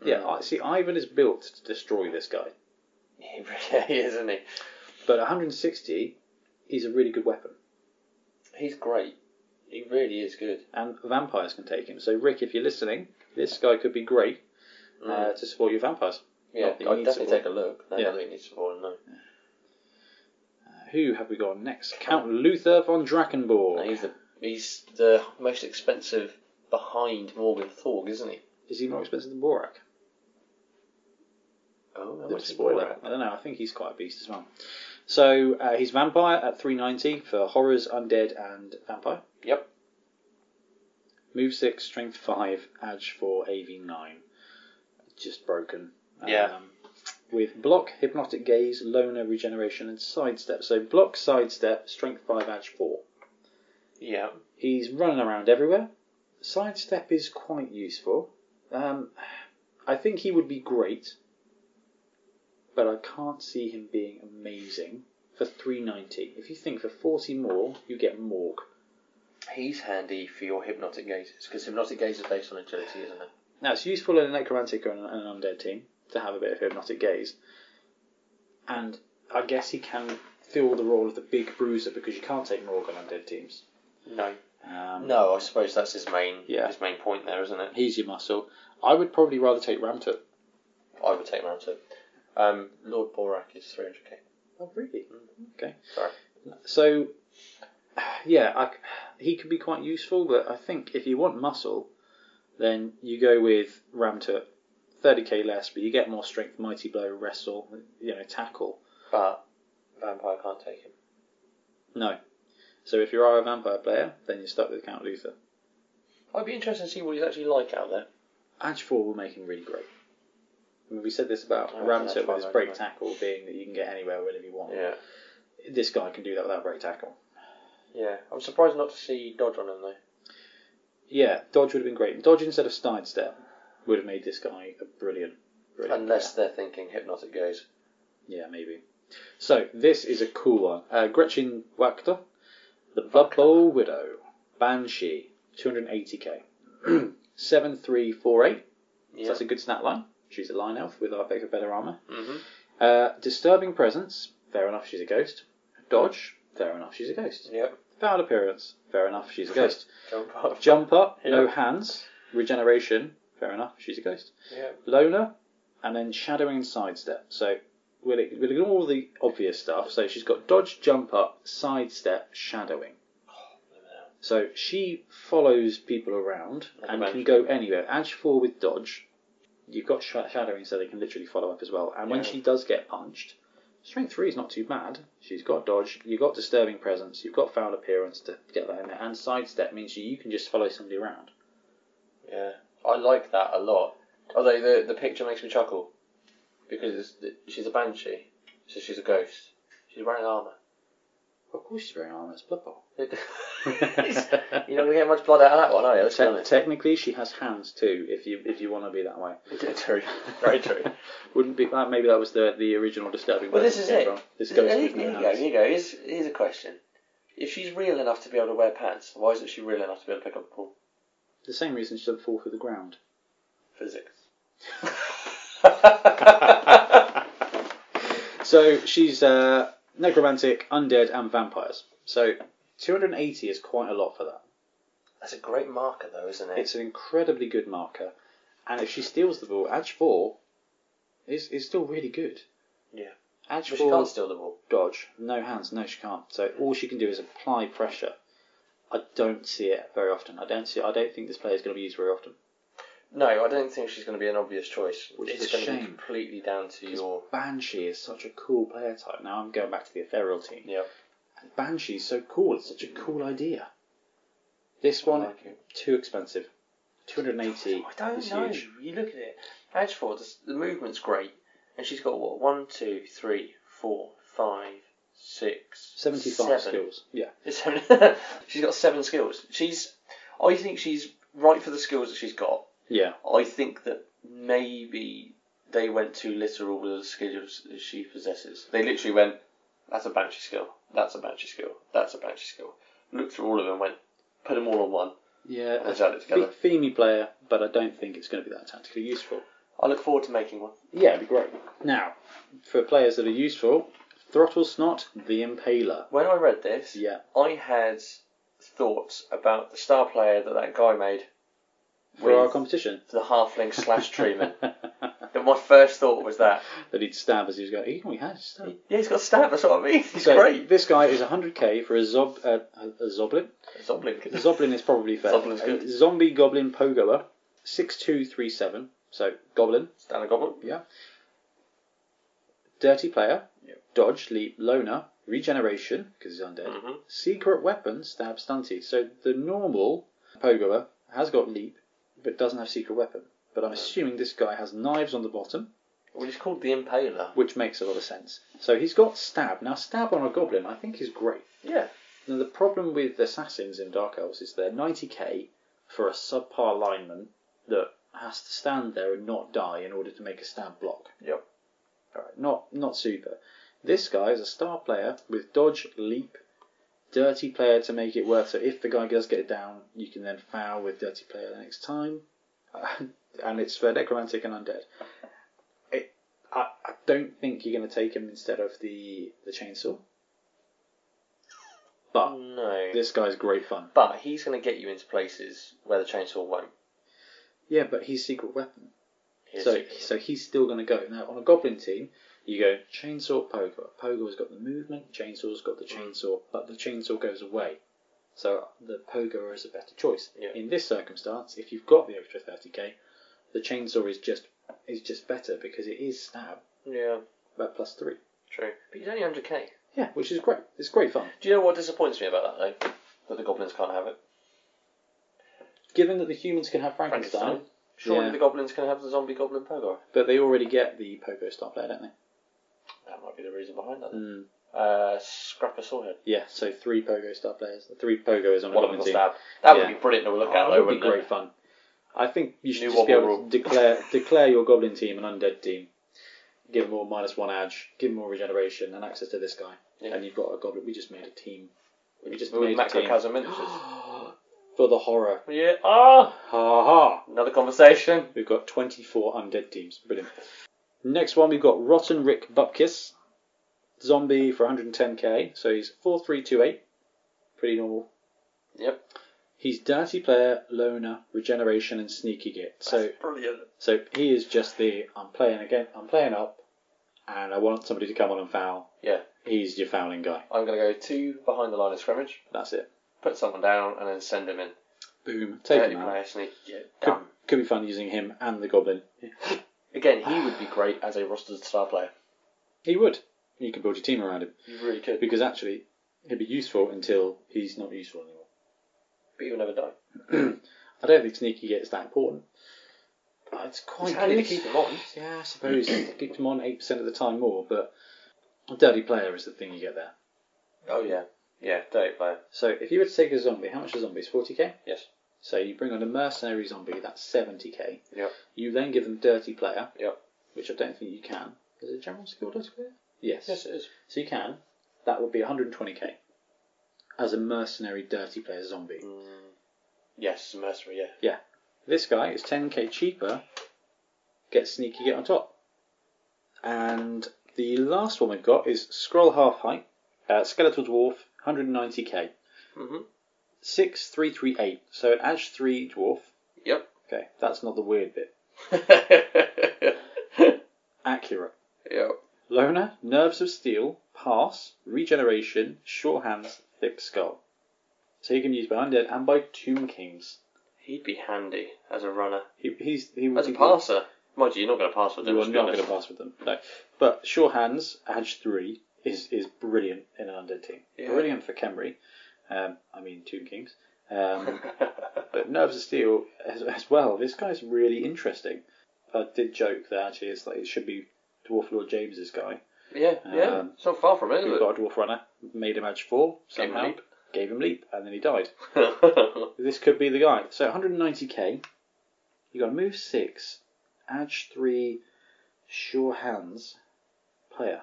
Speaker 2: yeah,
Speaker 1: Mm.
Speaker 2: I see, Ivan is built to destroy this guy,
Speaker 1: He really is, isn't he?
Speaker 2: but 160 is a really good weapon,
Speaker 1: He's great. He really is good.
Speaker 2: and vampires can take him. So, Rick, if you're listening, this guy could be great uh, to support your vampires,
Speaker 1: yeah,
Speaker 2: not that he
Speaker 1: I'd
Speaker 2: needs
Speaker 1: definitely
Speaker 2: support.
Speaker 1: take a look. No,
Speaker 2: Yeah.
Speaker 1: yeah. he needs support. No,
Speaker 2: Uh, who have we got next? Count Luther von
Speaker 1: No,
Speaker 2: Drakenborg.
Speaker 1: he's the he's the most expensive behind Morgan Thorg, isn't he?
Speaker 2: Is he more expensive than Borak?
Speaker 1: Oh,
Speaker 2: Bit of a spoiler. I don't know. I think he's quite a beast as well. So uh, he's vampire at 390 for horrors, undead, and vampire.
Speaker 1: Yep.
Speaker 2: Move six, strength five, edge four, AV nine. Just broken.
Speaker 1: Yeah.
Speaker 2: Um, with block, hypnotic gaze, loner, regeneration, and sidestep. So block, sidestep, strength five, edge four.
Speaker 1: Yeah,
Speaker 2: He's running around everywhere. Sidestep is quite useful. Um, I think he would be great, but I can't see him being amazing for 390. If you think for 40 more, you get Morg.
Speaker 1: he's handy for your hypnotic gazes because hypnotic gaze is based on agility, isn't it?
Speaker 2: Now, it's useful in a necromantic or an an undead team to have a bit of hypnotic gaze. And I guess he can fill the role of the big bruiser because you can't take Morg on undead teams.
Speaker 1: No,
Speaker 2: Um,
Speaker 1: no. I suppose that's his main
Speaker 2: Yeah.
Speaker 1: his main point there, isn't it?
Speaker 2: He's your muscle. I would probably rather take Ramtut.
Speaker 1: I would take Mount Um, Lord Borak is 300k.
Speaker 2: Oh, really?
Speaker 1: Mm.
Speaker 2: Okay.
Speaker 1: Sorry.
Speaker 2: So, yeah, I c he could be quite useful, but I think if you want muscle, then you go with Ramtut, 30k less, but you get more strength, mighty blow, wrestle, you know, tackle.
Speaker 1: But Vampire can't take him.
Speaker 2: No. So if you are a vampire player, then you're stuck with Count Luther.
Speaker 1: I'd be interested to see what he's actually like out there.
Speaker 2: Edge 4 will make him really great. I mean, we said this about
Speaker 1: Oh, that's
Speaker 2: Ramtut with his
Speaker 1: fine,
Speaker 2: break
Speaker 1: right.
Speaker 2: tackle being that you can get anywhere whenever you want.
Speaker 1: Yeah.
Speaker 2: This guy can do that without break tackle.
Speaker 1: Yeah. I'm surprised not to see Dodge on him, though.
Speaker 2: Yeah, dodge would have been great. Dodge instead of sidestep would have made this guy a brilliant, brilliant
Speaker 1: Unless they're thinking hypnotic gaze.
Speaker 2: player. Yeah, maybe. So this is a cool one. Uh, Gretchen Wachter, the Blood Bowl Widow, Banshee, 280k, seven three four eight. So
Speaker 1: Yeah.
Speaker 2: that's a good stat line. She's a line elf with our bit of better armor.
Speaker 1: Mm-hmm.
Speaker 2: Uh, disturbing presence. Fair enough, she's a ghost. Dodge. Fair enough, she's a ghost.
Speaker 1: Yep.
Speaker 2: Foul appearance. Fair enough, she's a ghost.
Speaker 1: Jump up.
Speaker 2: Jump up. No
Speaker 1: Yeah.
Speaker 2: hands. Regeneration. Fair enough, she's a ghost.
Speaker 1: Yeah.
Speaker 2: Lola, and then shadowing and sidestep. So we'll, we'll ignore all the obvious stuff. So she's got dodge, jump up, sidestep, shadowing. So she follows people around
Speaker 1: Like
Speaker 2: and
Speaker 1: a banshee.
Speaker 2: can go anywhere. Edge four with dodge. You've got sh- shadowing, so they can literally follow up as well. And when
Speaker 1: Yeah.
Speaker 2: she does get punched, strength three is not too bad. She's got dodge. You've got disturbing presence. You've got foul appearance to get that in there. And sidestep means you, you can just follow somebody around.
Speaker 1: Yeah. I like that a lot. Although the the picture makes me chuckle because it's- she's a banshee, so she's a ghost. She's wearing armor.
Speaker 2: Of course, she's wearing armor. It's Blood Bowl.
Speaker 1: You're not going to get much blood out of that one, are you? Let's be
Speaker 2: Te-
Speaker 1: honest.
Speaker 2: technically, she has hands too. If you if you want to be that way,
Speaker 1: True. Very true.
Speaker 2: wouldn't be. That, maybe that was the the original disturbing.
Speaker 1: Well,
Speaker 2: version
Speaker 1: this is
Speaker 2: came
Speaker 1: it.
Speaker 2: from. This
Speaker 1: Here
Speaker 2: goes
Speaker 1: here
Speaker 2: with
Speaker 1: you
Speaker 2: no
Speaker 1: go. Here
Speaker 2: hands.
Speaker 1: you go. Here's, here's a question. If she's real enough to be able to wear pants, why isn't she real enough to be able to pick up the ball?
Speaker 2: The same reason she doesn't fall through the ground.
Speaker 1: Physics.
Speaker 2: So she's uh, necromantic, undead, and vampires. So 280 is quite a lot for that.
Speaker 1: That's a great marker, though, isn't it?
Speaker 2: It's an incredibly good marker, and if she steals the ball, Edge Four is is still really good.
Speaker 1: Yeah.
Speaker 2: Edge
Speaker 1: but she can't
Speaker 2: Four
Speaker 1: steal the ball.
Speaker 2: dodge, no hands, no she can't. So all she can do is apply pressure. I don't see it very often. I don't see. I don't think this player is going to be used very often.
Speaker 1: No, I don't think she's going to be an obvious choice.
Speaker 2: Which
Speaker 1: it's
Speaker 2: is a
Speaker 1: going to be
Speaker 2: shame.
Speaker 1: completely down to your.
Speaker 2: Banshee is such a cool player type. Now I'm going back to the ethereal team.
Speaker 1: Yeah.
Speaker 2: Banshee's so cool. It's such a cool idea. This one
Speaker 1: like it.
Speaker 2: too expensive. 280
Speaker 1: I don't
Speaker 2: is
Speaker 1: know.
Speaker 2: huge.
Speaker 1: You look at it. Edgeford, the, the movement's great, and she's got what? One, two, three, four, five, six,
Speaker 2: 75
Speaker 1: seven.
Speaker 2: skills. Yeah.
Speaker 1: It's seven- she's got seven skills. She's, I think she's right for the skills that she's got.
Speaker 2: Yeah.
Speaker 1: I think that maybe they went too literal with the skills that she possesses. They literally went, "That's a banshee skill. That's a banshee skill. That's a banshee skill." Looked through all of them, and went, "Put them all on one."
Speaker 2: Yeah.
Speaker 1: And gel it together.
Speaker 2: Fe- Femi player, but I don't think it's going to be that tactically useful.
Speaker 1: I look forward to making one.
Speaker 2: Yeah, it'd be great. Now, for players that are useful, Throttle Snot, the Impaler.
Speaker 1: When I read this,
Speaker 2: Yeah.
Speaker 1: I had thoughts about the star player that that guy made
Speaker 2: For our
Speaker 1: With-
Speaker 2: competition.
Speaker 1: for the halfling slash treatment.
Speaker 2: that
Speaker 1: Then my first thought was that.
Speaker 2: he'd stab as he was going, he only has stab.
Speaker 1: Yeah, he's got stabbed. That's what I mean. He's
Speaker 2: So
Speaker 1: great.
Speaker 2: this guy is 100k for a, zob, uh, a Zoblin.
Speaker 1: Zoblin.
Speaker 2: Zoblin is probably fair.
Speaker 1: Zoblin's good.
Speaker 2: A Zombie Goblin Pogoer, 6237. So, Goblin,
Speaker 1: Stanley Goblin.
Speaker 2: Dirty Player,
Speaker 1: Yep.
Speaker 2: Dodge, Leap, Loner, Regeneration, because he's undead,
Speaker 1: hmm
Speaker 2: Secret Weapon, Stab, Stunty. So, the normal Pogoer has got Leap, but doesn't have Secret Weapon. But I'm assuming this guy has knives on the bottom,
Speaker 1: Well, he's called the Impaler.
Speaker 2: which makes a lot of sense. So, he's got Stab. Now, Stab on a Goblin, I think, is great.
Speaker 1: Yeah.
Speaker 2: Now, the problem with assassins in Dark Elves is they're 90k for a subpar lineman that has to stand there and not die in order to make a stab block.
Speaker 1: Yep.
Speaker 2: Alright, not, not super. This guy is a star player with dodge, leap, dirty player to make it work. So if the guy does get down, you can then foul with dirty player the next time. and it's for necromantic and undead. It, I, I don't think you're going to take him instead of the, the chainsaw. But
Speaker 1: Oh, No.
Speaker 2: this guy's great fun.
Speaker 1: But he's going to get you into places where the chainsaw won't.
Speaker 2: Yeah, but he's secret weapon.
Speaker 1: Here's
Speaker 2: so
Speaker 1: the-
Speaker 2: so he's still going to go. Now, on a goblin team, you go chainsaw pogo. Pogo's got the movement, chainsaw's got the
Speaker 1: Mm.
Speaker 2: chainsaw, but the chainsaw goes away. So the pogo is a better choice.
Speaker 1: Yeah.
Speaker 2: In this circumstance, if you've got the extra 30k, the chainsaw is just is just better because it is stab,
Speaker 1: yeah,
Speaker 2: but plus three.
Speaker 1: true. But he's only 100k.
Speaker 2: Yeah, which is great. It's great fun.
Speaker 1: Do you know what disappoints me about that though? That the goblins can't have it.
Speaker 2: Given that the humans can have Frankenstein,
Speaker 1: Frankenstein. Surely
Speaker 2: Yeah.
Speaker 1: the goblins can have the zombie goblin pogo.
Speaker 2: but they already get the pogo star player, don't they?
Speaker 1: That might be the reason behind that.
Speaker 2: Mm.
Speaker 1: Uh, scrapper sawhead.
Speaker 2: Yeah, so three pogo star players. Three pogos on a
Speaker 1: One of them
Speaker 2: goblin
Speaker 1: got
Speaker 2: team.
Speaker 1: stabbed. That
Speaker 2: Yeah.
Speaker 1: would be brilliant to look
Speaker 2: Oh,
Speaker 1: at
Speaker 2: that
Speaker 1: though,
Speaker 2: would be
Speaker 1: wouldn't
Speaker 2: great
Speaker 1: it?
Speaker 2: fun. I think you should
Speaker 1: New
Speaker 2: just be able
Speaker 1: Wobble
Speaker 2: to declare declare your goblin team an undead team. Give them all minus one edge, give them all regeneration and access to this guy,
Speaker 1: Yeah.
Speaker 2: and you've got a goblin. We just made a team
Speaker 1: We just
Speaker 2: just
Speaker 1: made
Speaker 2: made a team.
Speaker 1: macrocosm miniatures.
Speaker 2: for the horror.
Speaker 1: yeah. Ah.
Speaker 2: Ha ha!
Speaker 1: Another conversation.
Speaker 2: We've got twenty four undead teams. Brilliant. Next one we've got Rotten Rick Bupkis, zombie for 110k. So he's four three two eight, pretty normal.
Speaker 1: Yep.
Speaker 2: He's dirty player, loner, regeneration, and sneaky git. So
Speaker 1: That's brilliant.
Speaker 2: So he is just the I'm playing again, I'm playing up, and I want somebody to come on and foul.
Speaker 1: Yeah.
Speaker 2: He's your fouling guy.
Speaker 1: I'm going to go two behind the line of scrimmage,
Speaker 2: That's it.
Speaker 1: put someone down, and then send them in. Uh,
Speaker 2: Boom. Take
Speaker 1: Dirty
Speaker 2: him out.
Speaker 1: player, sneaky. get
Speaker 2: Could,
Speaker 1: done.
Speaker 2: could be fun using him and the goblin.
Speaker 1: Again, he would be great as a rostered star player.
Speaker 2: He would. You could build your team around him
Speaker 1: You really could.
Speaker 2: because actually he'd be useful until he's not useful anymore.
Speaker 1: But you'll never die.
Speaker 2: I don't think sneaky gets that important. But it's quite
Speaker 1: It's handy to
Speaker 2: good.
Speaker 1: keep him on.
Speaker 2: Yeah, I suppose keep him on eight percent of the time more, but a dirty player is the thing you get there.
Speaker 1: Oh yeah. Yeah, dirty player.
Speaker 2: So if you were to take a zombie, how much are zombies? 40k?
Speaker 1: Yes.
Speaker 2: So you bring on a mercenary zombie, that's 70k.
Speaker 1: Yep.
Speaker 2: You then give them dirty player.
Speaker 1: Yep.
Speaker 2: Which I don't think you can. Is it general skill dirty player? Yes.
Speaker 1: Yes, it is.
Speaker 2: So you can. That would be 120k. As a mercenary dirty player zombie.
Speaker 1: Mm, Yes, mercenary. Yeah.
Speaker 2: This guy is 10k cheaper. Get sneaky, get on top. And the last one we've got is Scroll Half Height, uh, Skeletal Dwarf, 190k.
Speaker 1: Mhm.
Speaker 2: 6338. So an Ash 3 dwarf.
Speaker 1: Yep.
Speaker 2: Okay, that's not the weird bit. Accurate.
Speaker 1: yep.
Speaker 2: Loner, Nerves of Steel, Pass, Regeneration, Sure Hands, Thick Skull. So you can use by Undead and by Tomb Kings.
Speaker 1: He'd be handy as a runner.
Speaker 2: He, he's, he
Speaker 1: As a passer. Mind you, you're not going to pass with him.
Speaker 2: You are
Speaker 1: let's be
Speaker 2: not going to
Speaker 1: honest.
Speaker 2: pass with them. No. But Sure Hands, Edge 3, is, is brilliant in an undead team.
Speaker 1: Yeah.
Speaker 2: Brilliant for Kemri. Um, I mean, Tomb Kings. Um, but Nerves of Steel as, as well. This guy's really interesting. I did joke that actually it's like it should be Dwarf Lord James's guy.
Speaker 1: yeah, yeah.
Speaker 2: Um,
Speaker 1: it's not far from it,
Speaker 2: Who
Speaker 1: is
Speaker 2: got a Dwarf Runner, made him Edge 4
Speaker 1: Gave him
Speaker 2: somehow,
Speaker 1: leap.
Speaker 2: gave him leap, and then he died.
Speaker 1: it?
Speaker 2: This could be the guy. So 190k. You got move six, edge three, sure hands, player.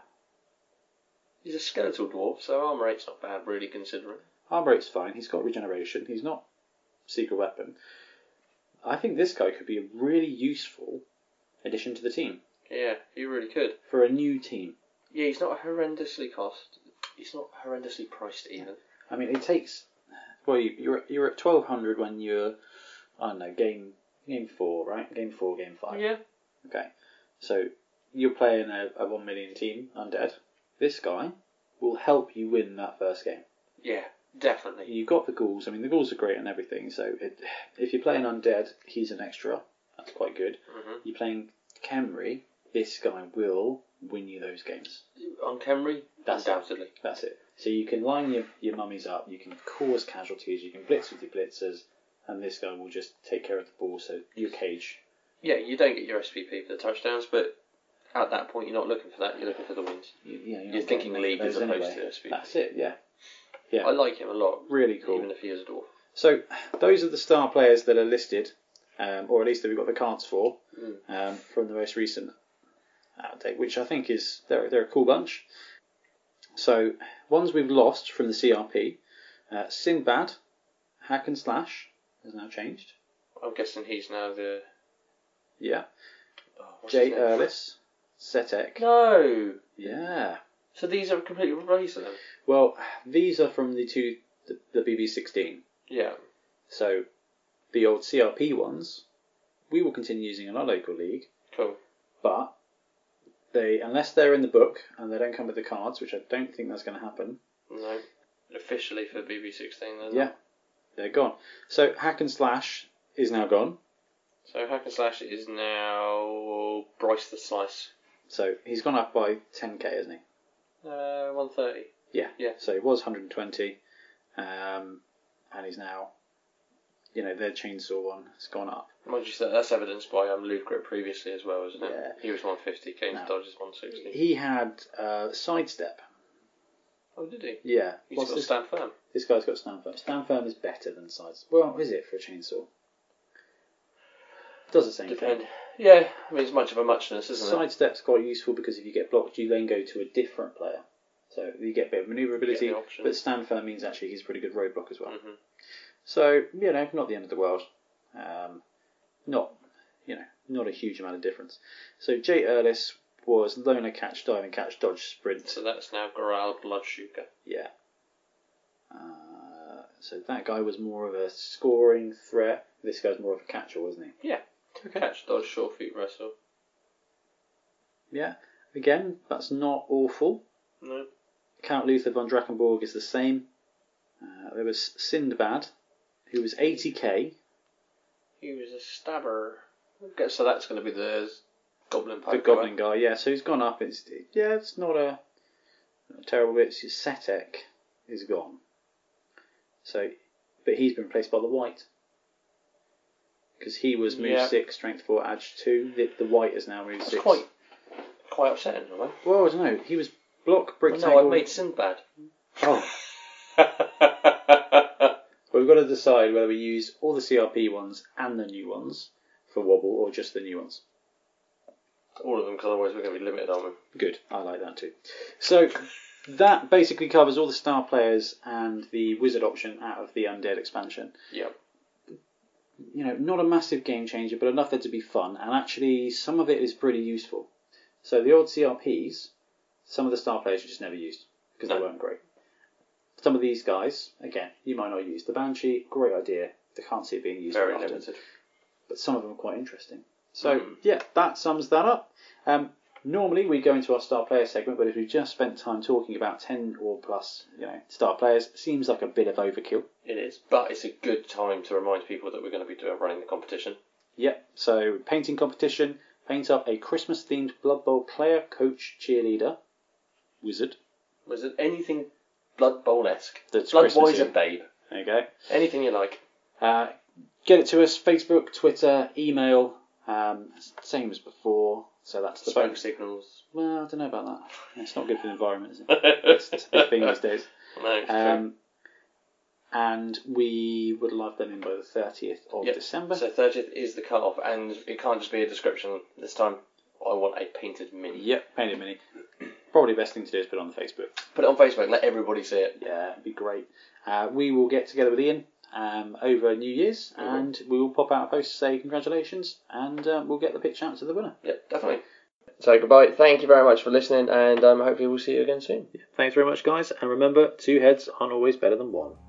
Speaker 1: He's a skeletal dwarf, so armor rate's not bad, really, considering.
Speaker 2: Armor rate's fine. He's got regeneration. He's not secret weapon. I think this guy could be a really useful addition to the team
Speaker 1: Yeah, he really could.
Speaker 2: for a new team.
Speaker 1: Yeah, he's not horrendously cost. He's not horrendously priced even.
Speaker 2: I mean, it takes. Well, you, you're at- you're at 1200 when you're I don't know game game four, right? Game four, game five.
Speaker 1: Yeah.
Speaker 2: Okay. So you're playing a, a one million team undead. This guy will help you win that first game.
Speaker 1: Yeah, definitely.
Speaker 2: You've got the ghouls. I mean, the ghouls are great and everything. So it, if you're playing undead, he's an extra. That's quite good.
Speaker 1: Mhm.
Speaker 2: You're playing Camry. This guy will win you those games.
Speaker 1: On Kemri,
Speaker 2: That's it.
Speaker 1: undoubtedly.
Speaker 2: That's it. So you can line your, your mummies up. You can cause casualties. You can blitz with your blitzers, and this guy will just take care of the ball. So your cage.
Speaker 1: Yeah, you don't get your SVP for the touchdowns, but at that point, you're not looking for that. You're looking for the wins.
Speaker 2: You, you know,
Speaker 1: You're
Speaker 2: not
Speaker 1: thinking
Speaker 2: getting
Speaker 1: league as
Speaker 2: those
Speaker 1: opposed
Speaker 2: anyway.
Speaker 1: to SVP.
Speaker 2: That's it. Yeah. Yeah.
Speaker 1: I like him a lot,
Speaker 2: Really cool.
Speaker 1: even if he is a dwarf.
Speaker 2: So those are the star players that are listed, um, or at least that we've got the cards for
Speaker 1: Hmm.
Speaker 2: um, from the most recent update, which I think is they're, they're a cool bunch. So ones we've lost from the CRP, uh, Sinbad, Hack and Slash has now changed.
Speaker 1: I'm guessing he's now the.
Speaker 2: Yeah,
Speaker 1: Oh, what's
Speaker 2: Jay
Speaker 1: his name?
Speaker 2: Erlis, Setek.
Speaker 1: No!
Speaker 2: Yeah.
Speaker 1: So these are completely replaced them?
Speaker 2: Well, these are from the two the, the BB16.
Speaker 1: Yeah.
Speaker 2: So the old CRP ones, we will continue using in our local league.
Speaker 1: Cool.
Speaker 2: but they unless they're in the book and they don't come with the cards, which I don't think that's going to happen.
Speaker 1: No. Officially for BB16, then.
Speaker 2: Yeah, they're gone. So hack and slash is now gone.
Speaker 1: So Hack and Slash is now Bryce the Slice.
Speaker 2: So he's gone up by 10k, isn't he?
Speaker 1: Uh, 130.
Speaker 2: Yeah.
Speaker 1: Yeah.
Speaker 2: So he was 120, um, and he's now, you know, their chainsaw one has gone up.
Speaker 1: Mind you, that- that's evidenced by um, Luke Grip previously as well, isn't it?
Speaker 2: Yeah.
Speaker 1: He was 150, Kane
Speaker 2: No.
Speaker 1: Dodge is 160.
Speaker 2: He had uh, sidestep.
Speaker 1: Oh, did he?
Speaker 2: Yeah.
Speaker 1: He's
Speaker 2: What's
Speaker 1: got to
Speaker 2: this?
Speaker 1: stand firm.
Speaker 2: this guy's got stand firm. Stand firm is better than sidestep. Well, is it for a chainsaw? Does the same thing.
Speaker 1: Depend. Yeah, I mean, it's much of a muchness, isn't it?
Speaker 2: Sidestep's quite useful because if you get blocked, you then go to a different player. So you get a bit of maneuverability,
Speaker 1: Get the option.
Speaker 2: but stand firm means actually he's a pretty good roadblock as well.
Speaker 1: Mhm.
Speaker 2: So, you know, not the end of the world. Um, not, you know, not a huge amount of difference. So Jay Erlis was loner catch, dive and catch, dodge, sprint.
Speaker 1: So that's now Goral Bloodshuka.
Speaker 2: Yeah. Uh, so that guy was more of a scoring threat. This guy's more of a catcher, wasn't he?
Speaker 1: Catch, dodge, short feet, wrestle.
Speaker 2: Yeah. Again, that's not awful.
Speaker 1: No.
Speaker 2: Count Luther von Drakenborg is the same. Uh, there was Sindbad, who was 80k.
Speaker 1: He was a stabber. Okay, so that's going to be the Goblin
Speaker 2: The
Speaker 1: Pipe.
Speaker 2: Goblin guy, yeah. So he's gone up. It's yeah, it's not a, not a terrible bit. It's just Setek is gone. So, but he's been replaced by the White because he was move
Speaker 1: Mm, Yeah.
Speaker 2: six, strength four, edge two. The, the White is now move
Speaker 1: It's
Speaker 2: six.
Speaker 1: quite, quite upsetting, in a way.
Speaker 2: Well, I don't know. He was block
Speaker 1: No,
Speaker 2: brick
Speaker 1: I
Speaker 2: tackle.
Speaker 1: made Sinbad.
Speaker 2: Oh, we've got to decide whether we use all the CRP ones and the new ones for wobble or just the new ones.
Speaker 1: All of them, because otherwise we're going to be limited, aren't we?
Speaker 2: Good, I like that too. So that basically covers all the star players and the wizard option out of the undead expansion.
Speaker 1: Yep.
Speaker 2: You know, not a massive game changer, but enough there to be fun, and actually some of it is pretty useful. So the old CRPs, some of the star players you just never used because they
Speaker 1: No.
Speaker 2: weren't great. Some of these guys, again, you might not use. The Banshee, great idea. I can't see it being used
Speaker 1: Very
Speaker 2: very often
Speaker 1: limited.
Speaker 2: but some of them are quite interesting. So
Speaker 1: Mm.
Speaker 2: yeah, that sums that up. Um, normally we go into our star player segment, but if we've just spent time talking about ten or plus, you know, star players, seems like a bit of overkill.
Speaker 1: It is, but it's a good time to remind people that we're going to be doing, running the competition.
Speaker 2: Yep. So painting competition, paint up a Christmas themed Blood Bowl player, coach, cheerleader, wizard.
Speaker 1: Was it anything Blood Bowl esque?
Speaker 2: That's
Speaker 1: Blood
Speaker 2: Christmassy.
Speaker 1: Boy's a babe.
Speaker 2: There you go.
Speaker 1: Anything you like.
Speaker 2: Uh, get it to us: Facebook, Twitter, email. Um, same as before. So that's the
Speaker 1: Smoke
Speaker 2: bonus.
Speaker 1: signals.
Speaker 2: Well, I don't know about that. It's not good for the environment, is it?
Speaker 1: no,
Speaker 2: It's, it's a big thing these days.
Speaker 1: it's
Speaker 2: Um, and we would love them in by the 30th of
Speaker 1: Yep.
Speaker 2: December.
Speaker 1: true. So 30th is the cut off, and it can't just be a description this time. I want a painted mini.
Speaker 2: yep, painted mini. Probably best thing to do is put it on the Facebook.
Speaker 1: Put it on Facebook, let everybody see it.
Speaker 2: Yeah, it'd be great. Uh, we will get together with Ian um, over New Year's
Speaker 1: We will.
Speaker 2: and we will pop out a post to say congratulations and uh, we'll get the pitch out to the winner.
Speaker 1: Yeah, definitely.
Speaker 4: So goodbye. Thank you very much for listening, and um, hopefully we'll see you again soon.
Speaker 2: Thanks very much, guys. And remember, two heads aren't always better than one.